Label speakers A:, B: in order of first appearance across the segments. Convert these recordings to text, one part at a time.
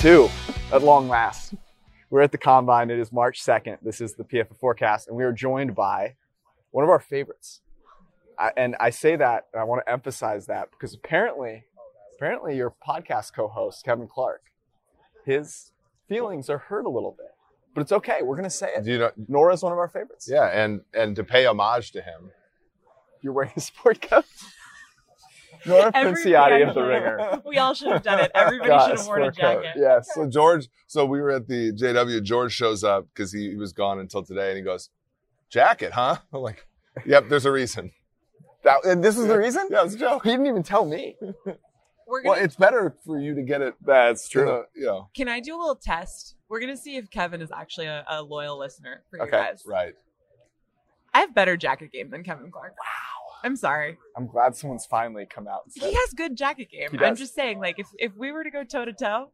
A: two at long last. We're at the combine. It is March 2nd. This is the PFF forecast, and we are joined by one of our favorites. I, and I say that, and I want to emphasize that because apparently, apparently, your podcast co-host Kevin Clark, his feelings are hurt a little bit, but it's okay. We're gonna say it.
B: Do you know?
A: Nora's one of our favorites.
B: Yeah, and and to pay homage to him,
A: You're wearing a sport coat. Nora
C: Everybody
A: Princiati of the
C: on here.
A: Ringer.
C: We all should have done it. Everybody
A: Got
C: should have worn a
A: sport coat.
C: jacket.
A: Yes.
B: So George, so we were at the JW. George shows up because he, he was gone until today, and he goes, "Jacket, huh?" I'm like, "Yep, there's a reason."
A: That, and this is the reason?
B: Yeah, it's a joke.
A: He didn't even tell me.
C: We're gonna.
B: Well, it's better for you to get it.
A: That's
B: in the- Uh, you know,
C: can I do a little test? We're gonna see if Kevin is actually a, a loyal listener for you
A: Okay,
C: guys.
B: right?
C: I have better jacket game than Kevin Clark. Wow. I'm sorry.
A: I'm glad someone's finally come out and said
C: He has good jacket game.
A: He
C: I'm
A: does.
C: just saying, like, if if we were to go toe to toe,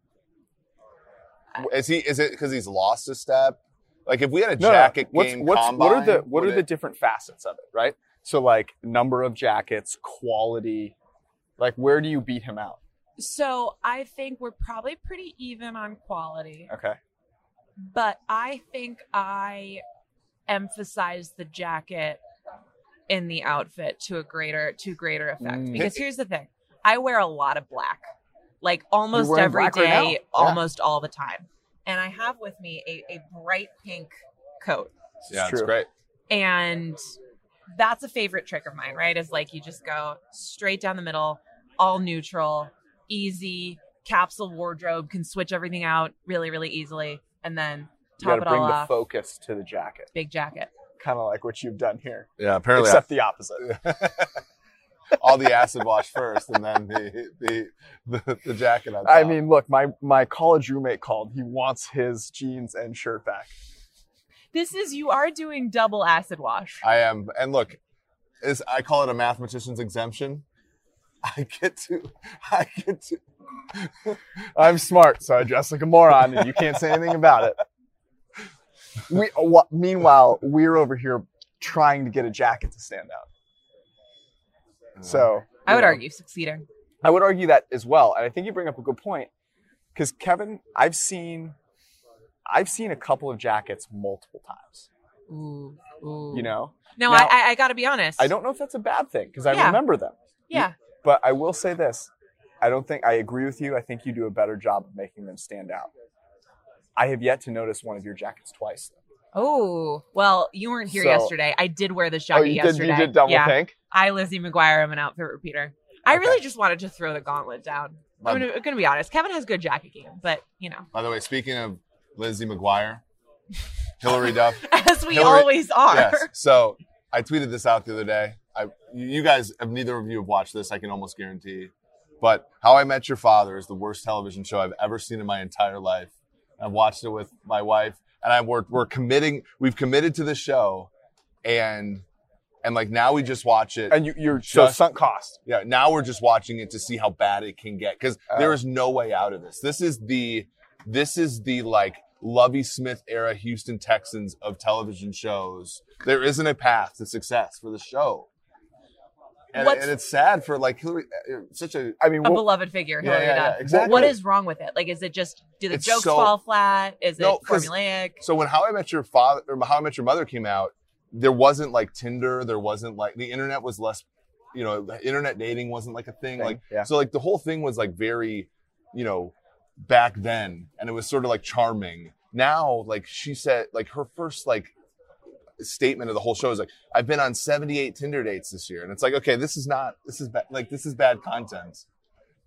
B: Is he? Is it because he's lost a step? Like if we had a
A: No, no,
B: jacket
A: what's-
B: game
A: what's-
B: combine,
A: What are the what
B: would
A: are the
B: it-
A: different facets of it, right? So like number of jackets, quality, like where do you beat him out?
C: so I think we're probably pretty even on quality,
A: Okay.
C: but I think I emphasize the jacket in the outfit to a greater to greater effect.
A: Mm.
C: Because here's the thing. I wear a lot of black. Like almost
A: wearing
C: every
A: black right now?
C: day,
A: Yeah.
C: almost all the time. And I have with me a, a bright pink coat.
A: This is
B: Yeah, it's
A: true.
B: great.
C: and that's a favorite trick of mine right is like you just go straight down the middle all neutral easy capsule wardrobe can switch everything out really really easily and then
A: You
C: top
A: got
C: it
A: to bring
C: all
A: the
C: off
A: focus to the jacket,
C: big jacket
A: kind of like what you've done here,
B: Yeah, apparently.
A: except the opposite.
B: all the acid wash first, and then the the the, the jacket on top.
A: I mean, look, my my college roommate called. He wants his jeans and shirt back.
C: this is you are doing double acid wash
B: I am, and look, is I call it a mathematician's exemption. I get to, I get to.
A: I'm smart, so I dress like a moron, and you can't say anything about it. We wh- meanwhile we're over here trying to get a jacket to stand out. So
C: i would
A: you know,
C: argue succeeding
A: I would argue that as well, and I think you bring up a good point because Kevin, I've seen, I've seen a couple of jackets multiple times.
C: ooh, ooh.
A: You know,
C: no,
A: now-
C: I, I i gotta be honest
A: I don't know if that's a bad thing because I
C: Yeah.
A: remember them,
C: yeah
A: but I will say this: I don't think I agree with you. I think you do a better job of making them stand out. I have yet to notice one of your jackets twice.
C: oh well you weren't here
A: So-
C: yesterday i did wear
A: Oh,
C: this jacket yesterday yeah
A: think.
C: I, Lizzie McGuire, am an outfit repeater. I
A: Okay.
C: really just wanted to throw the gauntlet down. I'm gonna, gonna be honest. Kevin has good jacket game, but you know,
B: By the way, speaking of Lindsay McGuire, Hillary Duff.
C: as we
B: Hillary-
C: always are.
B: yes. So I tweeted this out the other day. I, you guys, have neither of you have watched this. I can almost guarantee. But How I Met Your Father is the worst television show I've ever seen in my entire life. I've watched it with my wife, and I we're, we're committing. We've committed to the show, and and like now we just watch it.
A: And you, you're so
B: Just-
A: sunk cost.
B: Yeah, now we're just watching it to see how bad it can get because
A: Oh.
B: there is no way out of this. This is the this is the like Lovey Smith era Houston Texans of television shows. There isn't a path to success for the show, and,
C: What's-
B: and it's sad for like Hillary. uh, Such a
A: I mean,
C: A
A: we'll-
C: beloved figure,
B: Yeah,
C: Hillary
B: yeah, yeah,
C: Duff.
B: exactly.
C: What is wrong with it? Like, is it just do the
B: It's
C: jokes
B: so-
C: fall flat? Is
B: No,
C: it
B: 'cause-
C: formulaic?
B: so when How I Met Your Father or How I Met Your Mother came out, there wasn't like Tinder. There wasn't like the internet was less. You know, internet dating wasn't like a thing. Like
A: yeah.
B: So like the whole thing was like very, you know, back then, and it was sort of like charming. Now, like she said, like her first like statement of the whole show is like, "I've been on 78 Tinder dates this year," and it's like, okay, this is not, this is bad, like this is bad content,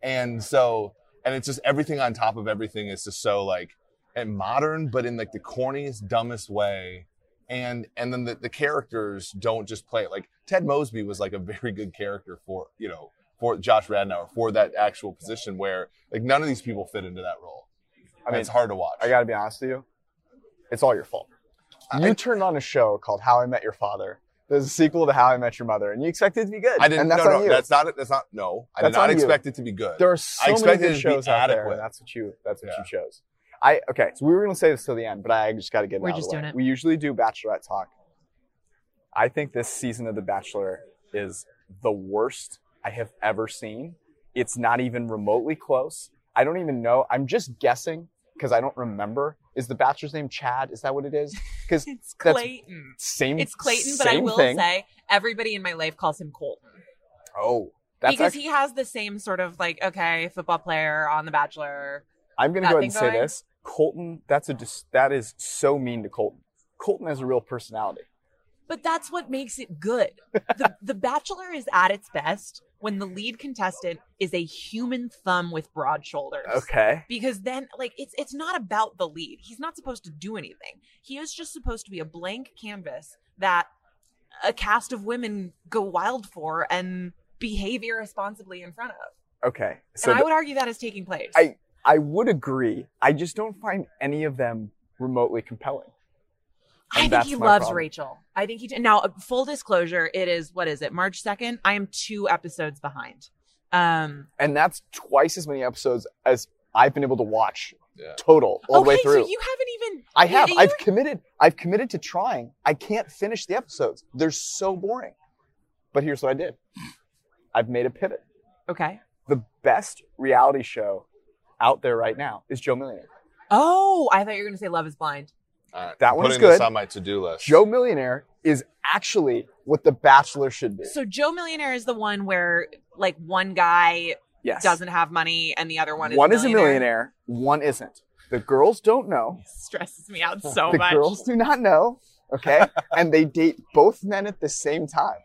B: and so, and it's just everything on top of everything is just so like, and modern, but in like the corniest, dumbest way. And and then the, the characters don't just play it. Like Ted Mosby was like a very good character for you know for Josh Radnauer for that actual position where like none of these people fit into that role.
A: I mean,
B: it's hard to watch.
A: I got to be honest with you. It's all your fault. You
B: I-
A: turned on a show called How I Met Your Father. There's a sequel to How I Met Your Mother, and you expect it to be good.
B: I didn't.
A: And that's
B: no,
A: on
B: no,
A: you.
B: that's not. That's not. No, I
A: That's
B: did
A: on
B: not
A: you.
B: expect it to be good.
A: there are so
B: I
A: many
B: expected it
A: good
B: to be
A: shows out there,
B: adequate.
A: and that's what you that's what
B: Yeah.
A: you chose. I okay. So we were going to say this till the end, but I just got to get. it
C: We're
A: out of
C: just
A: the way.
C: doing it.
A: We usually do Bachelorette talk. I think this season of The Bachelor is the worst I have ever seen. It's not even remotely close. I don't even know. I'm just guessing because I don't remember. Is the bachelor's name Chad? Is that what it is?
C: It's
A: that's-
C: Clayton.
A: Same.
C: It's Clayton, but I
A: same
C: will
A: thing.
C: say everybody in my life calls him Colton
A: Oh, that's
C: because
A: actually,
C: he has the same sort of like okay football player on The Bachelor.
A: I'm gonna
C: that
A: go ahead
C: thing
A: and say
C: going?
A: this. Colton, that's a dis- that is so mean to Colton. Colton has a real personality.
C: But that's what makes it good. The, the Bachelor is at its best when the lead contestant is a human thumb with broad shoulders.
A: Okay.
C: Because then, like, it's it's not about the lead. He's not supposed to do anything. He is just supposed to be a blank canvas that a cast of women go wild for and behave irresponsibly in front of.
A: Okay. So
C: and I
A: th-
C: would argue that is taking place.
A: I- I would agree. I just don't find any of them remotely compelling.
C: I think
A: that's
C: he
A: my
C: loves
A: problem.
C: Rachel. I think he now uh, full disclosure. It is what is it? March second. I am two episodes behind. Um,
A: And that's twice as many episodes as I've been able to watch
B: Yeah.
A: total all the way
C: okay,
A: through.
C: So you haven't even.
A: I have.
C: you- you-
A: I've committed. I've committed to trying. I can't finish the episodes. They're so boring. But here's what I did. I've made a pivot.
C: okay.
A: The best reality show out there right now is Joe Millionaire.
C: Oh, I thought you were going to say Love Is Blind.
B: All right,
A: That
B: I'm
A: one's
B: putting this
A: good.
B: on my to-do list.
A: Joe Millionaire is actually what The Bachelor should be.
C: So Joe Millionaire is the one where like one guy
A: yes.
C: doesn't have money and the other one is
A: one is a millionaire. One isn't. The girls don't know.
C: Stresses me out so
A: the
C: much.
A: girls do not know. Okay. and they date both men at the same time.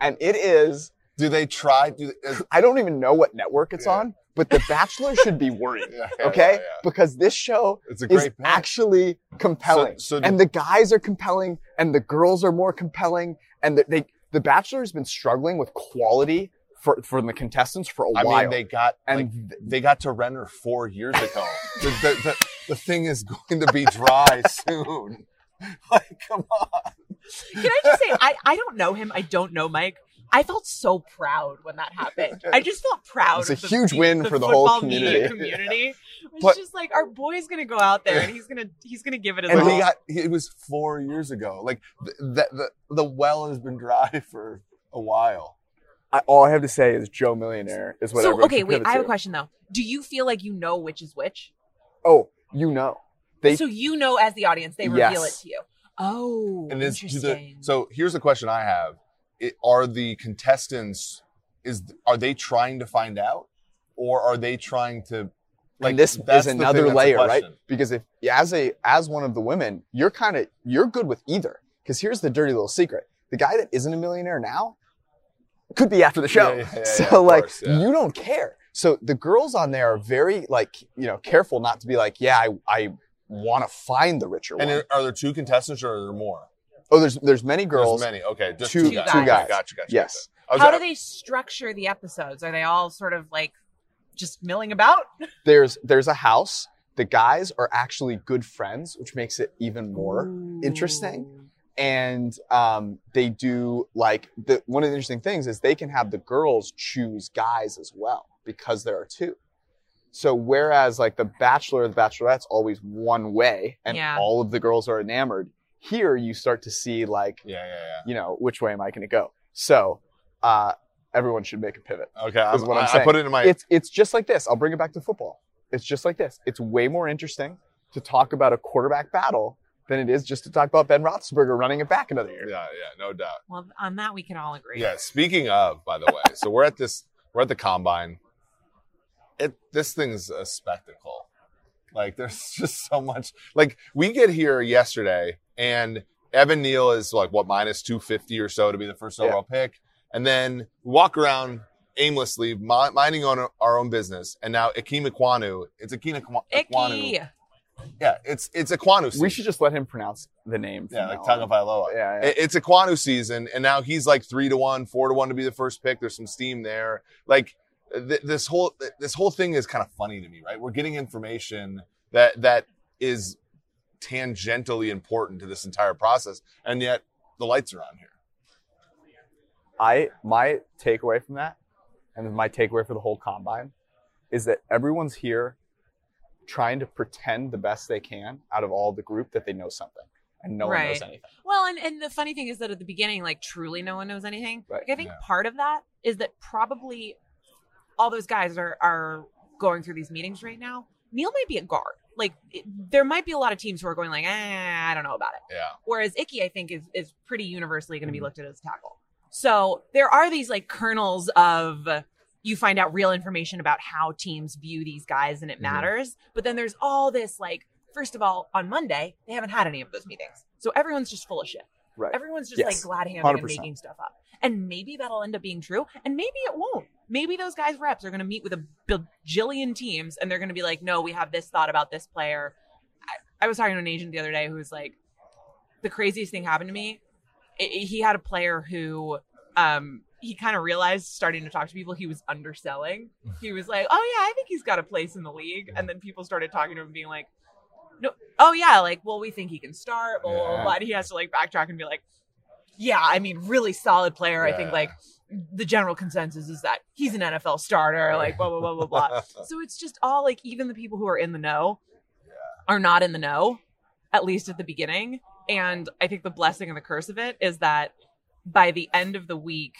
A: And it is
B: Do they try? Do they, is-
A: I don't even know what network it's
B: Yeah.
A: on, but The Bachelor should be worried,
B: yeah, yeah,
A: okay?
B: yeah, yeah.
A: Because this show
B: It's a
A: is
B: great match.
A: actually compelling,
B: So- so do-
A: and the guys are compelling, and the girls are more compelling, and the, they The Bachelor has been struggling with quality for for the contestants for a
B: I
A: while,
B: mean, they got
A: and
B: like,
A: th-
B: they got to Renner four years ago. the, the, the, the thing is going to be dry soon. Like, come on.
C: Can I just say I I don't know him. I don't know Mike. I felt so proud when that happened. I just felt proud.
A: It's a
C: of the-
A: huge win
C: the
A: for the whole
C: football media
A: community.
C: community. It's
B: But-
C: just like our boy's gonna go out there and he's gonna he's gonna give it his
A: And
B: But
C: all.
B: he got he- it was four years ago. Like th- the, the the well has been dry for a while.
A: I, all I have to say is Joe Millionaire is what
C: so
A: everyone
C: okay,
A: should
C: wait.
A: pivot
C: I have a
A: to.
C: question though. Do you feel like you know which is which?
A: Oh, you know, They-
C: so you know as the audience, they reveal
A: Yes.
C: it to you. Oh,
B: And this do the,
C: interesting.
B: so here's the question I have: it, Are the contestants is are they trying to find out, or are they trying to
A: like this
B: that's
A: is
B: the thing
A: another
B: that's the
A: layer, right?
B: question.
A: Because if as a as one of the women, you're kind of you're good with either. Because here's the dirty little secret: the guy that isn't a millionaire now could be after the show.
B: Yeah, yeah, yeah,
A: so
B: yeah, of
A: like
B: course, yeah.
A: you don't care. So the girls on there are very like you know careful not to be like yeah I I want to find the richer
B: And
A: one.
B: are- are there two contestants or are there more?
A: oh, there's there's many girls.
B: There's many. Okay, just
A: two-
B: two,
C: two
B: guys.
C: guys.
B: Okay, Gotcha, gotcha.
A: Yes.
B: gotcha. I was
C: How do
B: like,
C: they structure the episodes? Are they all sort of like just milling about?
A: There's there's a house. The guys are actually good friends, which makes it even more. interesting. and um, they do like the one of the interesting things is they can have the girls choose guys as well because there are two. So whereas like the Bachelor, or the Bachelorette's always one way, and
C: Yeah.
A: all of the girls are enamored. Here you start to see like
B: yeah, yeah,
A: you know which way am I going to go? So uh, everyone should make a pivot.
B: yeah. Okay,
A: Is
B: I'm-
A: what I'm
B: I- I
A: saying.
B: put it in my.
A: It's it's just like this. I'll bring it back to football. It's just like this. It's way more interesting to talk about a quarterback battle than it is just to talk about Ben Roethlisberger running it back another year.
B: yeah, yeah, no doubt.
C: Well, on that we can all agree.
B: Yeah. Speaking of, by the way, so we're at this. We're at the combine. It this thing's a spectacle. Like there's just so much. Like we get here yesterday, and Evan Neal is like what minus two fifty or so to be the first
A: Yeah.
B: overall pick, and then we walk around aimlessly, mi- minding on our own business. And now Akeem Iquanu, it's Akeem Iqua- Iquanu.
C: Icky.
B: Yeah, it's it's Aquanu.
A: We should just let him pronounce the name.
B: yeah,
A: from
B: like
A: now on.
B: Tagovailoa.
A: Yeah, yeah.
B: It- It's Aquanu season, and now he's like three to one, four to one to be the first pick. There's some steam there. Like th- this whole th- this whole thing is kind of funny to me, right? We're getting information that that is tangentially important to this entire process, and yet the lights are on here.
A: I my takeaway from that, and my takeaway for the whole combine, is that everyone's here trying to pretend the best they can out of all the group that they know something, and no one knows
C: Right.
A: anything.
C: Well, and, and the funny thing is that at the beginning, like truly no one knows anything.
A: Right.
C: Like I think
B: Yeah.
C: part of that is that probably all those guys are are going through these meetings right now, Neil might be a guard. Like it, there might be a lot of teams who are going like, ah, I don't know about it.
B: Yeah.
C: Whereas Icky, I think, is is pretty universally going to be looked at as tackle. So there are these like kernels of uh, you find out real information about how teams view these guys and it
B: Mhm.
C: matters. But then there's all this like, first of all, on Monday they haven't had any of those meetings, so everyone's just full of shit.
A: Right.
C: Everyone's just
A: Yes.
C: like glad handing and
A: 100%.
C: making stuff up. And maybe that'll end up being true, and maybe it won't. Maybe those guys' reps are going to meet with a bajillion teams, and they're going to be like, "No, we have this thought about this player." I, I was talking to an agent the other day who was like, "The craziest thing happened to me. I- I- he had a player who, um, he kind of realized starting to talk to people he was underselling. He was like, "Oh yeah, I think he's got a place in the league," and then people started talking to him, being like. No, oh yeah, like well, we think he can start, blah, blah, blah,
B: Yeah.
C: blah. And he has to like backtrack and be like, yeah, I mean, really solid player. I think
B: Yeah.
C: like the general consensus is that he's an NFL starter, like blah blah blah blah blah. so it's just all like even the people who are in the know
B: Yeah.
C: are not in the know, at least at the beginning. And I think the blessing and the curse of it is that by the end of the week,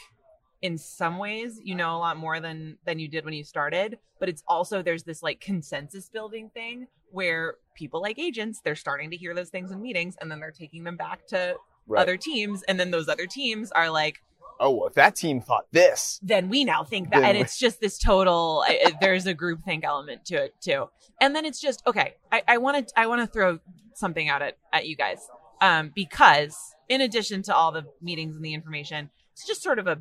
C: in some ways, you know a lot more than than you did when you started. But it's also there's this like consensus building thing where people like agents they're starting to hear those things in meetings and then they're taking them back to
A: Right.
C: other teams and then those other teams are like
A: oh, well, if that team thought this,
C: then we now think that
A: Then
C: and
A: we-
C: it's just this total I, I- there's a group think element to it too and then it's just okay i want to i want to throw something out at, at you guys um, because in addition to all the meetings and the information it's just sort of a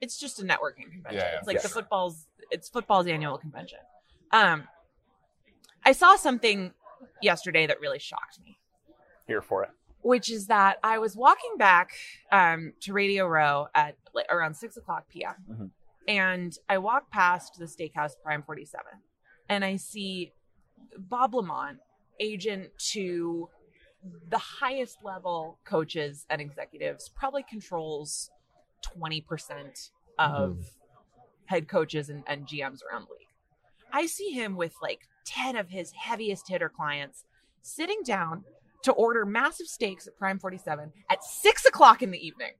C: it's just a networking convention
B: Yeah, yeah,
C: it's like
A: for
C: the
B: sure.
C: football's it's football's annual convention um, i saw something yesterday that really shocked me
A: here for it.
C: which is that I was walking back um, to Radio Row at like, around six o'clock p.m.
A: Mhm.
C: and I walk past the steakhouse Prime Forty Seven, and I see Bob Lamont, agent to the highest level coaches and executives, probably controls twenty percent of head coaches and, and GMs around the league. I see him with like ten of his heaviest hitter clients sitting down to order massive steaks at Prime 47 at six o'clock in the evening.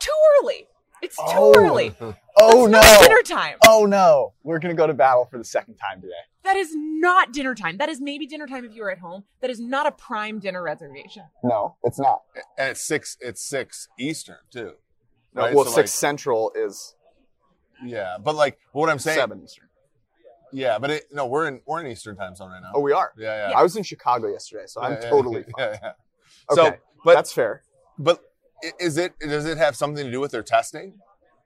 C: Too early. It's too
A: Oh,
C: early.
A: Oh, no.
C: That's not dinner time.
A: Oh, no. We're going to go to battle for the second time today.
C: That is not dinner time. That is maybe dinner time if you were at home. That is not a prime dinner reservation.
A: No, it's not.
B: And it's six. It's six Eastern too.
A: No,
B: Right,
A: well,
B: so,
A: 6 Central is
B: Yeah, but like what I'm saying.
A: 7 Eastern.
B: Yeah, but it, no, we're in we're in Eastern time zone right now.
A: Oh, we are.
B: yeah, yeah.
A: I was in Chicago yesterday, so I'm
B: Yeah, yeah,
A: totally fine.
B: Yeah, yeah.
A: Okay,
B: So, but
A: that's fair.
B: but i- is it does it have something to do with their testing?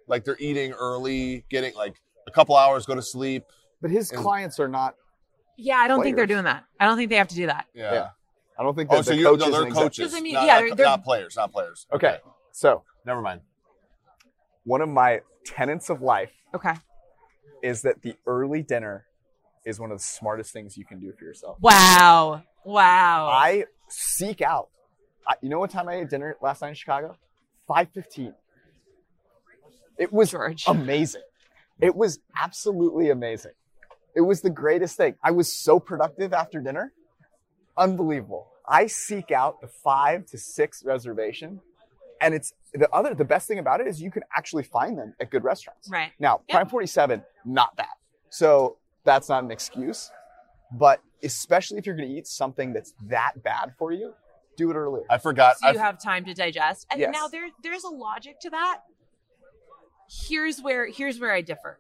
B: Like they're eating early, getting like a couple hours, go to sleep.
A: But his
B: And-
A: clients are not.
C: Yeah, I don't think they're
A: Players.
C: doing that. I don't think they have to do that.
B: Yeah.
A: Yeah. I don't think that
B: Oh, so
A: the
B: you
A: coaches.
B: no, they're
A: and exec-
B: coaches.
C: Because I mean,
B: not,
C: yeah,
B: not-
C: they're- they're-
B: not players, not players.
A: Okay, so
B: never mind.
A: one of my tenets of life
C: Okay.
A: is that the early dinner is one of the smartest things you can do for yourself.
C: Wow. Wow.
A: I seek out. I, you know what time I ate dinner last night in Chicago? Five fifteen. It was
C: George.
A: amazing. It was absolutely amazing. It was the greatest thing. I was so productive after dinner. Unbelievable. I seek out the five to six reservation. And it's the other, the best thing about it is you can actually find them at good restaurants.
C: right.
A: Now,
C: Yeah.
A: Prime 47, not that. So that's not an excuse. But especially if you're going to eat something that's that bad for you, do it earlier.
B: I forgot.
C: so you
B: I-
C: have time to digest. And
A: Yes.
C: now there there's a logic to that. Here's where here's where I differ.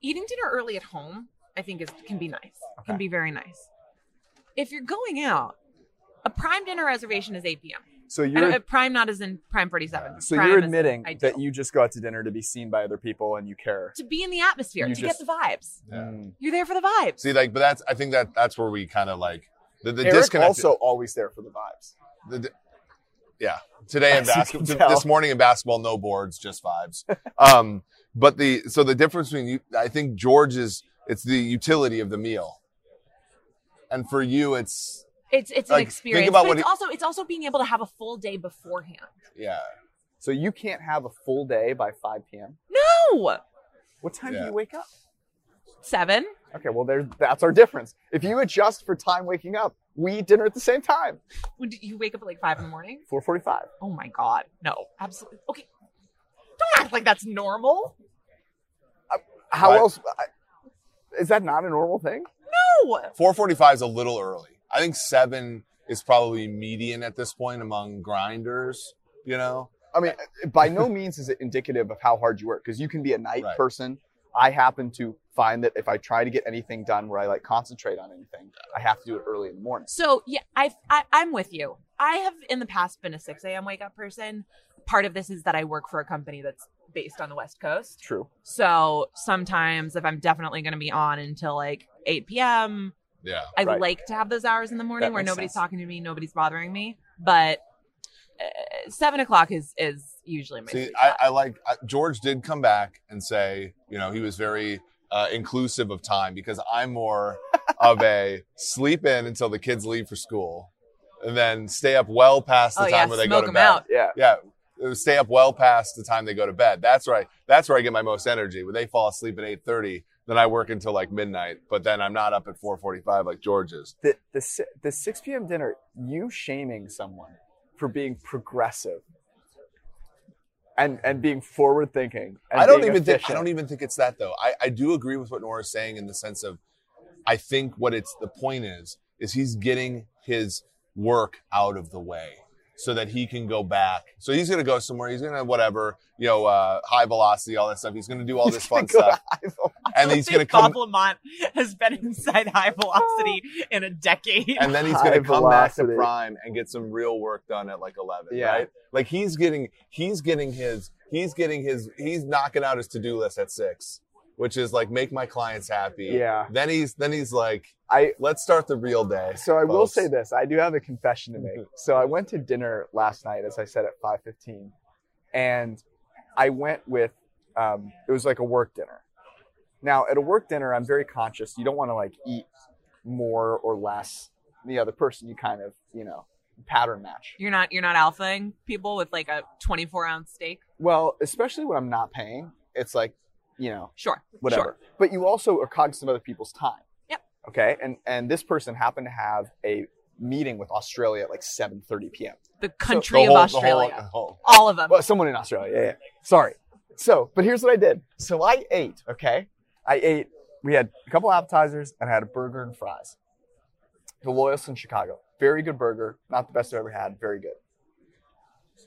C: Eating dinner early at home, I think is can be nice. Can
A: Okay.
C: be very nice. If you're going out, a prime dinner reservation is 8 p.m.
A: So
C: And
A: you're
C: a prime not as in prime 47. but
A: so
C: prime
A: you're
C: is
A: admitting
C: ideal.
A: that you just go out to dinner to be seen by other people and you care. Mm.
C: to be in the atmosphere,
A: You
C: to
A: just-
C: get the vibes.
B: Yeah.
C: You're there for the vibes.
B: see, like, but that's. I think that that's where we kind of like the, the
A: Eric
B: disconnect.
A: also always there for the vibes.
B: the, the- yeah, today in
A: As you
B: basketball,
A: can tell.
B: this morning in basketball, no boards, just vibes. um, but the so the difference between you, I think George is it's the utility of the meal, and for you, it's
C: It's it's an
B: Like, think
C: experience.
B: about
C: but
B: what
C: it's
B: he-
C: also it's also being able to have a full day beforehand.
B: yeah.
A: So you can't have a full day by 5 p.m.
C: No.
A: What time
B: Yeah.
A: do you wake up?
C: Seven.
A: Okay, well there's that's our difference. If you adjust for time waking up, we eat dinner at the same time,
C: Would You wake up at like five in the morning.
A: 4:45.
C: Oh my god. No. Absolutely. Okay. Don't act like that's normal.
A: How
B: Right.
A: else? I, Is that not a normal thing?
C: No.
B: 445 is a little early. I think seven is probably median at this point among grinders, you know?
A: I mean, uh, by no means is it indicative of how hard you work because you can be a night
B: Right.
A: person. I happen to find that if I try to get anything done where I like concentrate on anything, I have to do it early in the morning.
C: So yeah, I've, I I'm with you. I have in the past been a 6 a.m. wake up person. Part of this is that I work for a company that's based on the West Coast.
A: True.
C: So sometimes if I'm definitely going to be on until like 8 p.m.,
B: Yeah.
C: I
A: Right.
C: like to have those hours in the morning
A: That
C: where
A: makes
C: nobody's
A: sense.
C: talking to me, nobody's bothering me. But uh, seven o'clock is is usually my.
B: See,
C: sweet
B: I,
C: spot.
B: I like I, George did come back and say, you know, he was very uh, inclusive of time because I'm more of a sleep in until the kids leave for school, and then stay up well past the
C: Oh,
B: time
C: yeah,
B: where they go
C: smoke
B: to
C: 'em
B: bed.
C: out.
A: Yeah.
B: Yeah, uh, stay up well past the time they go to bed. That's right. That's where I get my most energy. When they fall asleep at eight thirty, then I work until like midnight. But then I'm not up at four forty five like George is.
A: The, the, si- the 6 p.m. dinner, you shaming someone for being progressive and, and being forward thinking.
B: I don't even think I don't even think it's that though. I, I do agree with what Nora's saying in the sense of I think what it's the point is is he's getting his work out of the way so that he can go back. So he's gonna go somewhere. He's gonna whatever you know, uh, high velocity, all that stuff. He's gonna do all this fun stuff, and then he's gonna come.
C: Bob Lamont has been inside high velocity in a decade.
B: and then he's going
A: High
B: to come back to
A: velocity.
B: prime and get some real work done at like 11
A: Yeah.
B: right like he's getting he's getting his he's getting his he's knocking out his to-do list at 6 which is like make my clients happy
A: Yeah.
B: then he's then he's like
A: I,
B: let's start the real day
A: so I will
B: folks.
A: say this: I do have a confession to make. So I went to dinner last night, as I said at five fifteen, and I went with um, it was like a work dinner. Now at a work dinner, I'm very conscious. You don't want to like eat more or less than the other person. You kind of you know pattern match.
C: you're not you're not alphaing people with like a 24 ounce steak.
A: Well, especially when I'm not paying, it's like you know
C: Sure.
A: whatever.
C: Sure.
A: But you also are cognizant of other people's time.
C: Yep.
A: Okay, and and this person happened to have a meeting with Australia at like seven thirty p.m.
C: The
B: The
C: country
B: whole-
C: of
B: the
C: Australia.
B: whole- the whole-
C: All of them.
A: Well, someone in Australia. Yeah, yeah. Sorry. So, but here's what I did. So I ate. Okay, I ate. We had a couple appetizers and I had a burger and fries. The Loyalist in Chicago. Very good burger. Not the best I've ever had. Very good.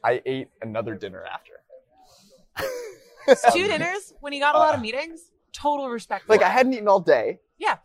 A: I ate another dinner after.
C: Two dinners when he got a lot
B: Uh,
C: of meetings. Total respect. for
A: Like I
C: it.
A: hadn't eaten all day.
C: Yeah.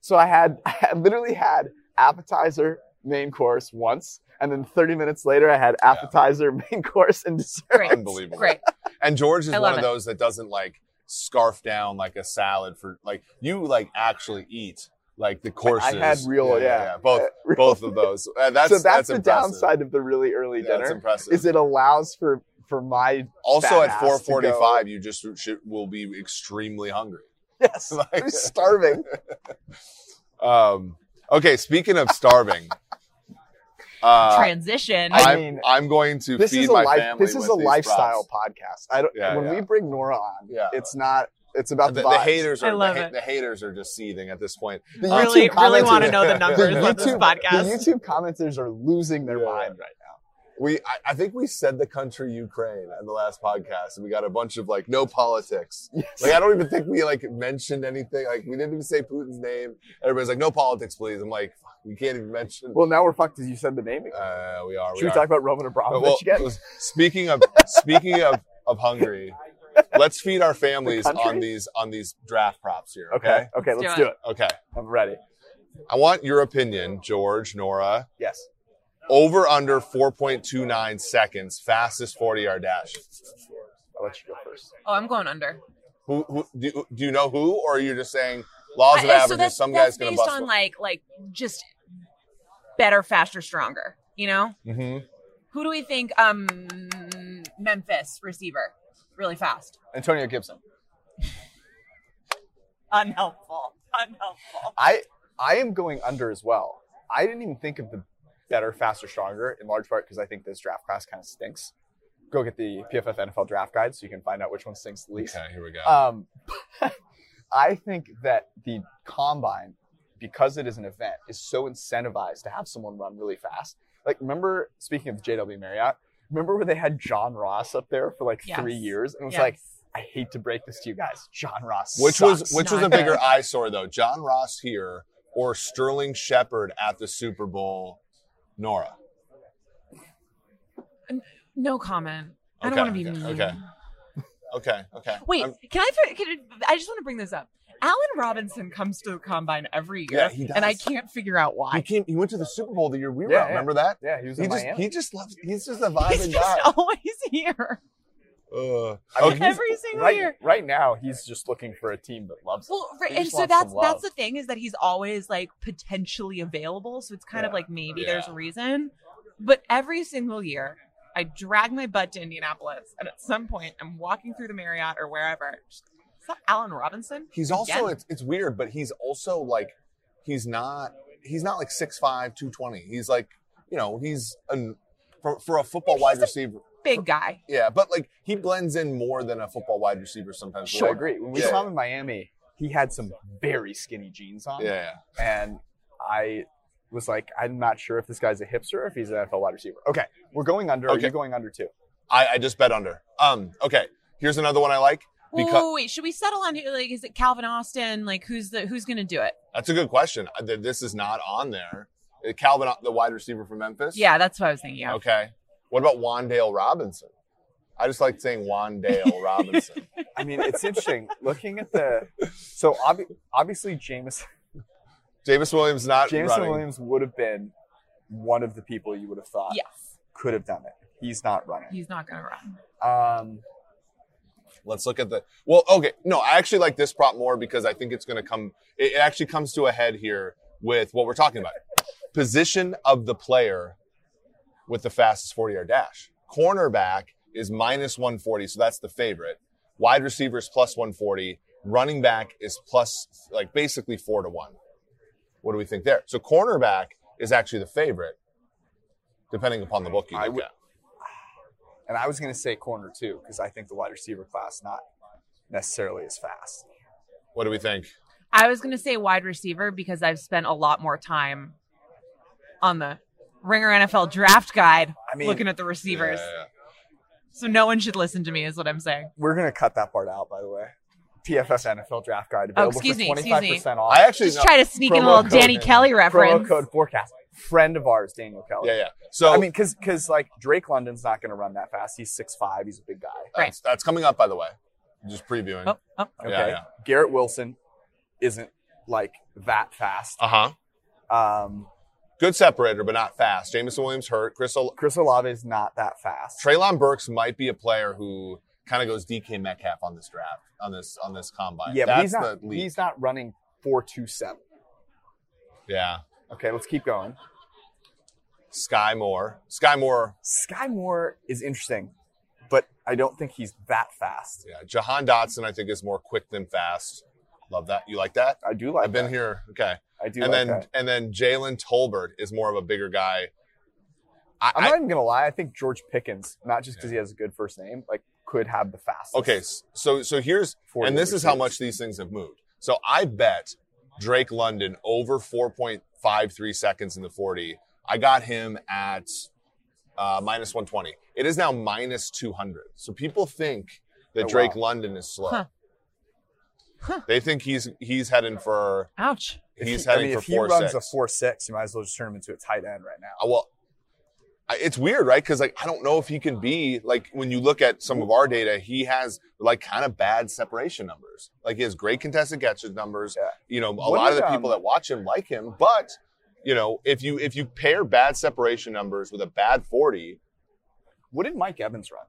A: So I had I literally had appetizer, main course once, and then 30 minutes later I had appetizer, main course, and dessert.
C: Great.
B: Unbelievable.
C: Great.
B: and george is
C: I
B: one
C: love
B: of
C: it.
B: those that doesn't like scarf down like a salad for like you like actually eat like the courses
A: I had real, yeah,
B: both
A: Real-
B: both of those Uh, that's
A: so that's, the
B: impressive.
A: downside of the really early
B: Yeah, that's
A: dinner
B: impressive
A: is it allows for for my
B: Also,
A: fat
B: at
A: ass
B: four
A: to go-
B: forty-five, you just should, will be extremely hungry.
A: Yes,
B: Like-
A: I'm starving.
B: Um, okay, speaking of starving, uh,
C: Transition.
A: I
B: I'm,
A: mean,
B: I'm going to
A: This
B: feed
A: is a
B: my
A: life.
B: family.
A: This is
B: with
A: a
B: these
A: lifestyle
B: props.
A: podcast. I don't.
B: Yeah,
A: when
B: yeah.
A: we bring Nora on,
B: Yeah.
A: it's not. It's
B: The,
A: about the,
B: the
A: vibes.
B: haters
C: I
B: are the,
C: love
B: ha-
C: it.
B: the haters are just seething at this point.
A: The
B: Uh,
A: YouTube
C: really, really
A: commenters-
C: want to know the
B: The
C: numbers on this
A: YouTube-
C: podcast.
A: The YouTube commenters are losing their
B: Yeah.
A: mind right now.
B: We, I, I think we said the country Ukraine in the last podcast, and we got a bunch of like no politics.
A: Yes.
B: Like I don't even think we like mentioned anything. Like we didn't even say Putin's name. Everybody's like, no politics, please. I'm like, fuck, we can't even mention.
A: Well, now we're fucked as you said the name again.
B: uh, we are.
A: Should
B: we
A: we
B: are. Uh,
A: talk about Roman Abramovich
B: Well,
A: again?
B: well, speaking of speaking of of Hungary, let's feed our families
A: The country?
B: on these on these draft props here.
A: Okay.
B: Okay.
A: Okay, let's,
C: Let's
A: do
C: do
A: it.
B: Okay.
A: I'm ready.
B: I want your opinion, George, Nora.
A: Yes.
B: Over under 4.29 seconds, fastest 40 yard dash.
A: I'll let you go first.
C: oh, I'm going under.
B: Who, who do, do you know who, or are you just saying laws of
C: I-
B: averages? some guy's
C: Uh, that's
B: gonna
C: based
B: bust.
C: on like like just better, faster, stronger. You know,
B: hmm
C: who do we think? Um, Memphis receiver, really fast.
A: Antonio Gibson.
C: Unhelpful. Unhelpful.
A: I I am going under as well. I didn't even think of the better, faster, stronger in large part because I think this draft class kind of stinks. Go get the PFF NFL draft guide so you can find out which one stinks the least.
B: Okay, here we go.
A: Um, I think that the combine, because it is an event, is so incentivized to have someone run really fast. Like, remember, speaking of JW Marriott, remember when they had John Ross up there for like
C: Yes.
A: three years and it was
C: Yes.
A: like, I hate to break this to you guys. John Ross.
B: Which
A: sucks.
B: was which was
C: Not
B: a bigger
C: good.
B: eyesore though? John Ross here or Sterling Shepard at the Super Bowl? Nora.
C: No comment. I don't
B: Okay,
C: want to be
B: okay,
C: mean.
B: okay. Okay, okay.
C: Wait,
B: I'm-
C: can I? fi- Can I, I just want to bring this up. Alan Robinson comes to the combine every year,
B: Yeah, he does.
C: and I can't figure out
B: he
C: why.
B: came. He went to the Super Bowl the year we were
A: Yeah,
B: out.
A: yeah.
B: Remember that?
A: yeah, he was
B: He
A: in
B: just
A: Miami.
B: he just loves. He's just a vibing
C: He's
B: guy.
C: just always here
B: Ugh. Oh,
A: I mean, he's-
C: every single
A: right,
C: year.
A: right now, he's just looking for a team that loves him.
C: Well, right,
A: He
C: and
A: just
C: so
A: wants some
C: that's that's
A: love.
C: the thing is that he's always like potentially available. So it's kind of
A: Yeah,
C: like maybe
B: yeah.
C: there's a reason, but every single year. I drag my butt to Indianapolis, and at some point, I'm walking through the Marriott or wherever. Is that Alan Robinson?
B: He's also it's, it's weird, but he's also like he's not he's not like 6'5", 220. He's like you know he's an for, for a football
C: He's
B: wide
C: a-
B: receiver.
C: Big guy.
B: Yeah, but like he blends in more than a football wide receiver sometimes.
A: Sure, I
B: Like,
A: agree. When we
B: Yeah.
A: saw him in Miami, he had some very skinny jeans on.
B: yeah,
A: and I was like, I'm not sure if this guy's a hipster or if he's an NFL wide receiver. Okay, we're going under. Are
B: Okay.
A: you going under too?
B: I, I just bet under. Um, okay, here's another one I like.
C: Whoa,
B: Because-
C: wait, wait, should we settle on who? Like, is it Calvin Austin? Like, who's the who's going to do it?
B: That's a good question. I- th- This is not on there. Uh, Calvin, the wide receiver from Memphis.
C: Yeah, that's what I was thinking. Of.
B: Okay. What about Wandale Robinson? I just like saying Wandale Robinson.
A: I mean, it's interesting looking at the. So obvi- obviously, James
B: Jameis Williams not
A: Jameson
B: running.
A: Williams would have been one of the people you would have thought
C: Yes,
A: could have done it. He's not running.
C: he's not going to run.
A: Um,
B: Let's look at the. Well, okay. No, I actually like this prop more because I think it's going to come. It, it actually comes to a head here with what we're talking about position of the player with the fastest 40 yard dash. Cornerback is minus 140, so that's the favorite. Wide receiver is plus 140. Running back is plus, like, basically four to one. What do we think there? So, cornerback is actually the favorite, depending upon the book you
A: I
B: look
A: would-
B: at.
A: and I was going to say corner too because I think the wide receiver class not necessarily as fast.
B: What do we think?
C: I was going to say wide receiver because I've spent a lot more time on the Ringer NFL Draft Guide
A: I mean,
C: looking at the receivers.
B: Yeah, yeah, yeah.
C: So no one should listen to me, is what I'm saying.
A: we're going to cut that part out, by the way. PFF NFL draft guide available
C: Oh, excuse
A: for
C: me,
A: twenty
C: excuse
A: five
C: me.
A: percent off.
B: I actually.
C: Just try to sneak in a
A: promo
C: little
A: code
C: Danny
B: in.
C: Kelly reference.
A: promo code forecast. Friend of ours, Daniel Kelly.
B: yeah, yeah. So,
A: I mean, because because like Drake London's not going to run that fast. He's six five. He's a big guy.
C: Right.
B: That's, that's coming up, by the way. Just previewing.
C: Oh, oh.
A: Okay.
B: Yeah, yeah.
A: Garrett Wilson isn't like that fast.
B: Uh huh.
A: Um,
B: Good separator, but not fast. Jamison Williams hurt. Chris Ol-
A: Chris Olave is not that fast.
B: Traylon Burks might be a player who kind of goes DK Metcalf on this draft, on this on this combine.
A: yeah, but
B: that's
A: he's not.
B: the lead.
A: He's not running four two seven.
B: Yeah.
A: Okay, let's keep going.
B: Sky Moore. Sky Moore.
A: Sky Moore is interesting, but I don't think he's that fast.
B: Yeah. Jahan Dotson, I think, is more quick than fast. Love that. You like that?
A: I do like.
B: I've been
A: that.
B: here. Okay.
A: I do.
B: and
A: like
B: then
A: that.
B: and then Jalen Tolbert is more of a bigger guy. I,
A: I'm
B: I-
A: not even gonna lie. I think George Pickens, not just because he has a good first name, like could have the fastest.
B: okay. s- So so here's
A: 40
B: and this is
A: receivers.
B: how much these things have moved. So I bet Drake London over 4.53 seconds in the 40. I got him at uh, minus 120. It is now minus 200. So people think that
A: Oh,
B: Drake
A: wow.
B: London is slow.
C: Huh. Huh.
B: They think he's he's heading for
C: Ouch.
A: If
B: he's
A: he, I
B: heading
A: mean,
B: for
A: if he
B: four
A: runs
B: six.
A: a four six, you might as well just turn him into a tight end right now.
B: Uh, well, I- it's weird, right? Because like I don't know if he can be like when you look at some of our data, he has like kind of bad separation numbers. Like he has great contested catches numbers.
A: Yeah.
B: You know, a
A: What
B: lot of
A: did,
B: the people
A: um,
B: that watch him like him, but you know, if you if you pair bad separation numbers with a bad forty,
A: What did Mike Evans run?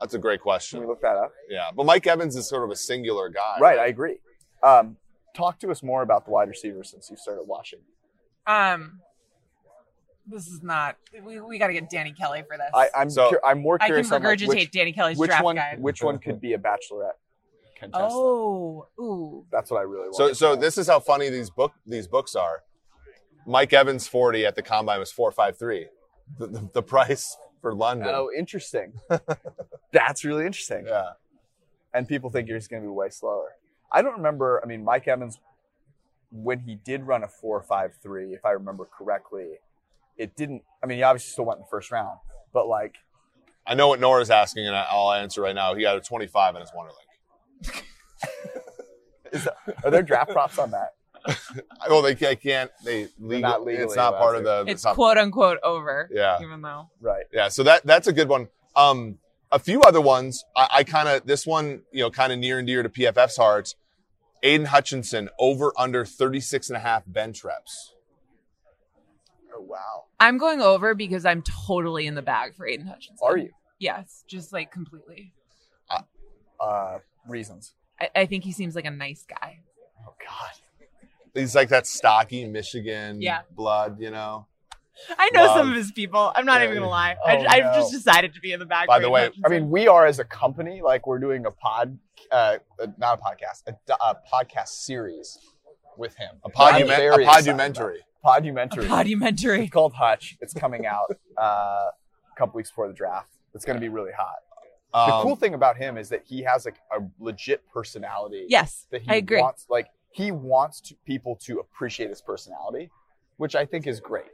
B: that's a great
A: Can we
B: question.
A: look that up?
B: Yeah, but Mike Evans is sort of a singular guy,
A: Mm-hmm. Right, I agree. Um, talk to us more about the wide receiver since you started watching.
C: Um, this is not. We, we got to get Danny Kelly for this.
A: I, I'm
B: So-
A: cur- I'm more
C: I can
A: curious on like,
C: regurgitate
A: which,
C: Danny Kelly's
A: which
C: draft
A: one
C: guide.
A: which one could be a bachelorette contestant.
C: Oh, ooh.
A: That's what I really want.
B: So so this is how funny these book these books are. Mike Evans forty at the combine was four five three. The, the, the price for London.
A: oh, interesting. That's really interesting.
B: Yeah.
A: and people think you're just going to be way slower. I don't remember. I mean, Mike Evans, when he did run a four-five-three, if I remember correctly, it didn't. I mean, he obviously still went in the first round, but like
B: I know what Nora's asking, and I- I'll answer right now. He got a 25 in his Wonderlic.
A: Are there draft props on that?
B: I- Well, they I can't. They legal,
A: not
B: It's
A: legally
B: not
A: allowed
B: part of the.
C: It's
B: not-
C: quote unquote over.
B: Yeah.
C: Even though
A: Right.
B: Yeah, so that that's a good one. Um, a few other ones. I, I kind of this one, you know, kind of near and dear to PFF's hearts. Aiden Hutchinson over under 36 and a half bench reps.
A: Oh wow.
C: I'm going over because I'm totally in the bag for Aiden Hutchinson.
A: Are you?
C: Yes, just like completely.
A: Uh, reasons.
C: I, I think he seems like a nice guy.
A: Oh God.
B: He's like that stocky Michigan
C: Yeah.
B: blood, you know.
C: I know
B: Wow.
C: some of his people. I'm not
B: Yeah.
C: even gonna lie.
A: Oh,
C: I, I've
A: no.
C: just decided to be in the bag.
B: By
C: for
B: the
C: Aiden
B: way,
C: Hutchinson.
A: I mean, we are as a company, like we're doing a pod, uh, a- not a podcast, a, do- a podcast series with him.
B: A podument-
A: I'm
B: a
A: very excited about
B: podumentary.
A: it. Podumentary.
C: a podumentary.
A: It's called Hutch. It's coming out uh, a couple weeks before the draft. It's going to be really hot. The
B: Um,
A: cool thing about him is that he has like a legit personality.
C: Yes,
A: that he
C: I agree.
A: wants like he wants to, people to appreciate his personality which i think is great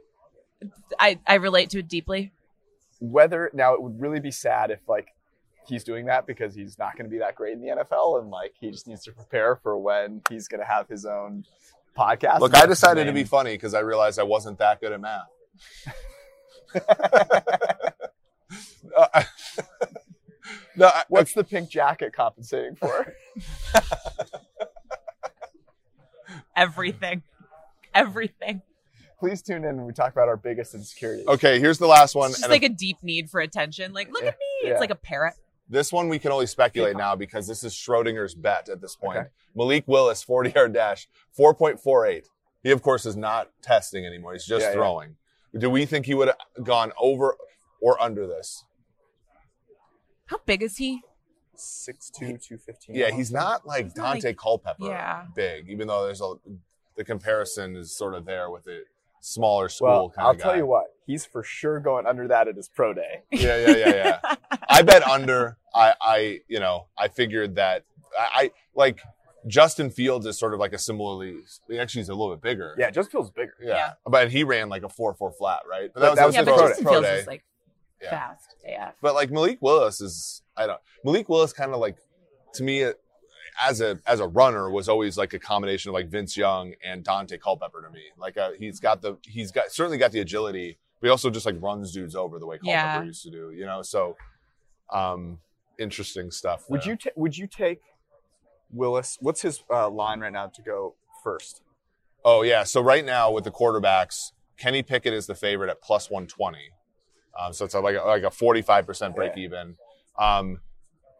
C: I, I relate to it deeply.
A: whether now it would really be sad if like he's doing that because he's not going to be that great in the nfl and like he just needs to prepare for when he's going to have his own podcast
B: Look, I decided to be funny because I realized I wasn't that good at math. Uh, no, I-
A: what's the pink jacket compensating for
C: Everything, everything.
A: please tune in when we talk about our biggest insecurities
B: okay, here's the last one.
C: It's
B: and
C: just like a deep need for attention. Like, look
A: Yeah,
C: at me.
A: yeah.
C: It's like a parrot.
B: This one we can only speculate now because this is Schrodinger's bet at this point.
A: Okay.
B: Malik Willis, 40 yard dash, 4.48. He, of course, is not testing anymore. He's just
A: Yeah, yeah.
B: throwing. Do we think he would have gone over or under this?
C: How big is he?
A: 62215
B: Yeah, he's not like
C: He's not
B: Dante
C: like-
B: Culpepper
C: yeah.
B: big, even though there's a the comparison is sort of there with the smaller school
A: well
B: kind
A: i'll
B: of guy.
A: tell you what he's for sure going under that at his pro day
B: Yeah, yeah, yeah, yeah. I bet under. I, I, you know, I figured that I, I like Justin Fields is sort of like a similarly. He actually is a little bit bigger.
A: yeah just feels bigger
B: yeah.
C: Yeah.
B: But he ran like a four four flat, right? But
A: But that was
C: yeah,
A: the
C: but
A: pro
C: Justin
A: day.
C: Fields is like
B: Yeah.
C: fast AF.
B: but like Malik Willis is, I don't. Malik Willis kind of like to me uh, as a as a runner was always like a combination of like Vince Young and Dante Culpepper to me. Like uh, he's got the he's got certainly got the agility, but he also just like runs dudes over the way Culpepper
C: Yeah.
B: used to do. You know, so um interesting stuff.
A: Would
B: there.
A: you ta- would you take Willis? What's his uh, line right now to go first?
B: Oh yeah. So right now with the quarterbacks, Kenny Pickett is the favorite at plus one twenty. Um, so it's like a, like a forty five percent break even. Um,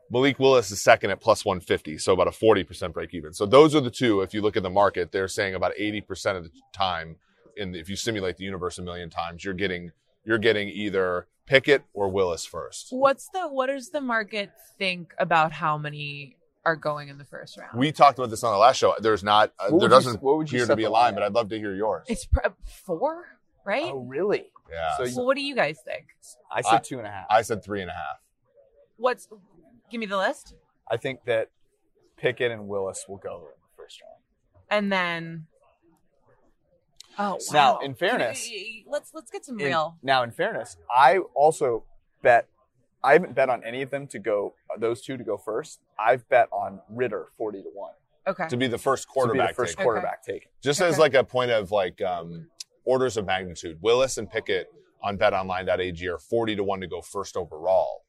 B: Malik Willis is second at plus one fifty, so about a forty percent break even. So those are the two. If you look at the market, they're saying about eighty percent of the time, and if you simulate the universe a million times, you're getting you're getting either Pickett or Willis first.
C: What's the what does the market think about how many are going in the first round?
B: We talked about this on the last show. There's not
A: What
B: uh, there
A: would you-
B: doesn't
A: what would you
B: appear to
A: set
B: be
A: the
B: a line,
A: line
B: but
A: at?
B: I'd love to hear yours.
C: it's pr- four, right?
A: Oh, really?
B: yeah.
A: So
C: well, what do you guys think?
A: I said two and a half. I,
B: I said three and a half.
C: What's give me the list,
A: think that Pickett and Willis will go in the first round.
C: and then. Oh
A: Now,
C: wow!
A: in fairness-
C: Can you- let's let's get some
A: In-
C: real.
A: Now, in fairness, I also bet. I haven't bet on any of them to go. Those two to go first. I've bet on Ritter forty to one
C: Okay.
B: to be the first
A: to be
B: quarterback
A: the first
B: taken.
A: quarterback taken.
B: Just as
C: Okay.
B: like a point of like um, orders of magnitude, Willis and Pickett on BetOnline.ag are forty to one to go first overall.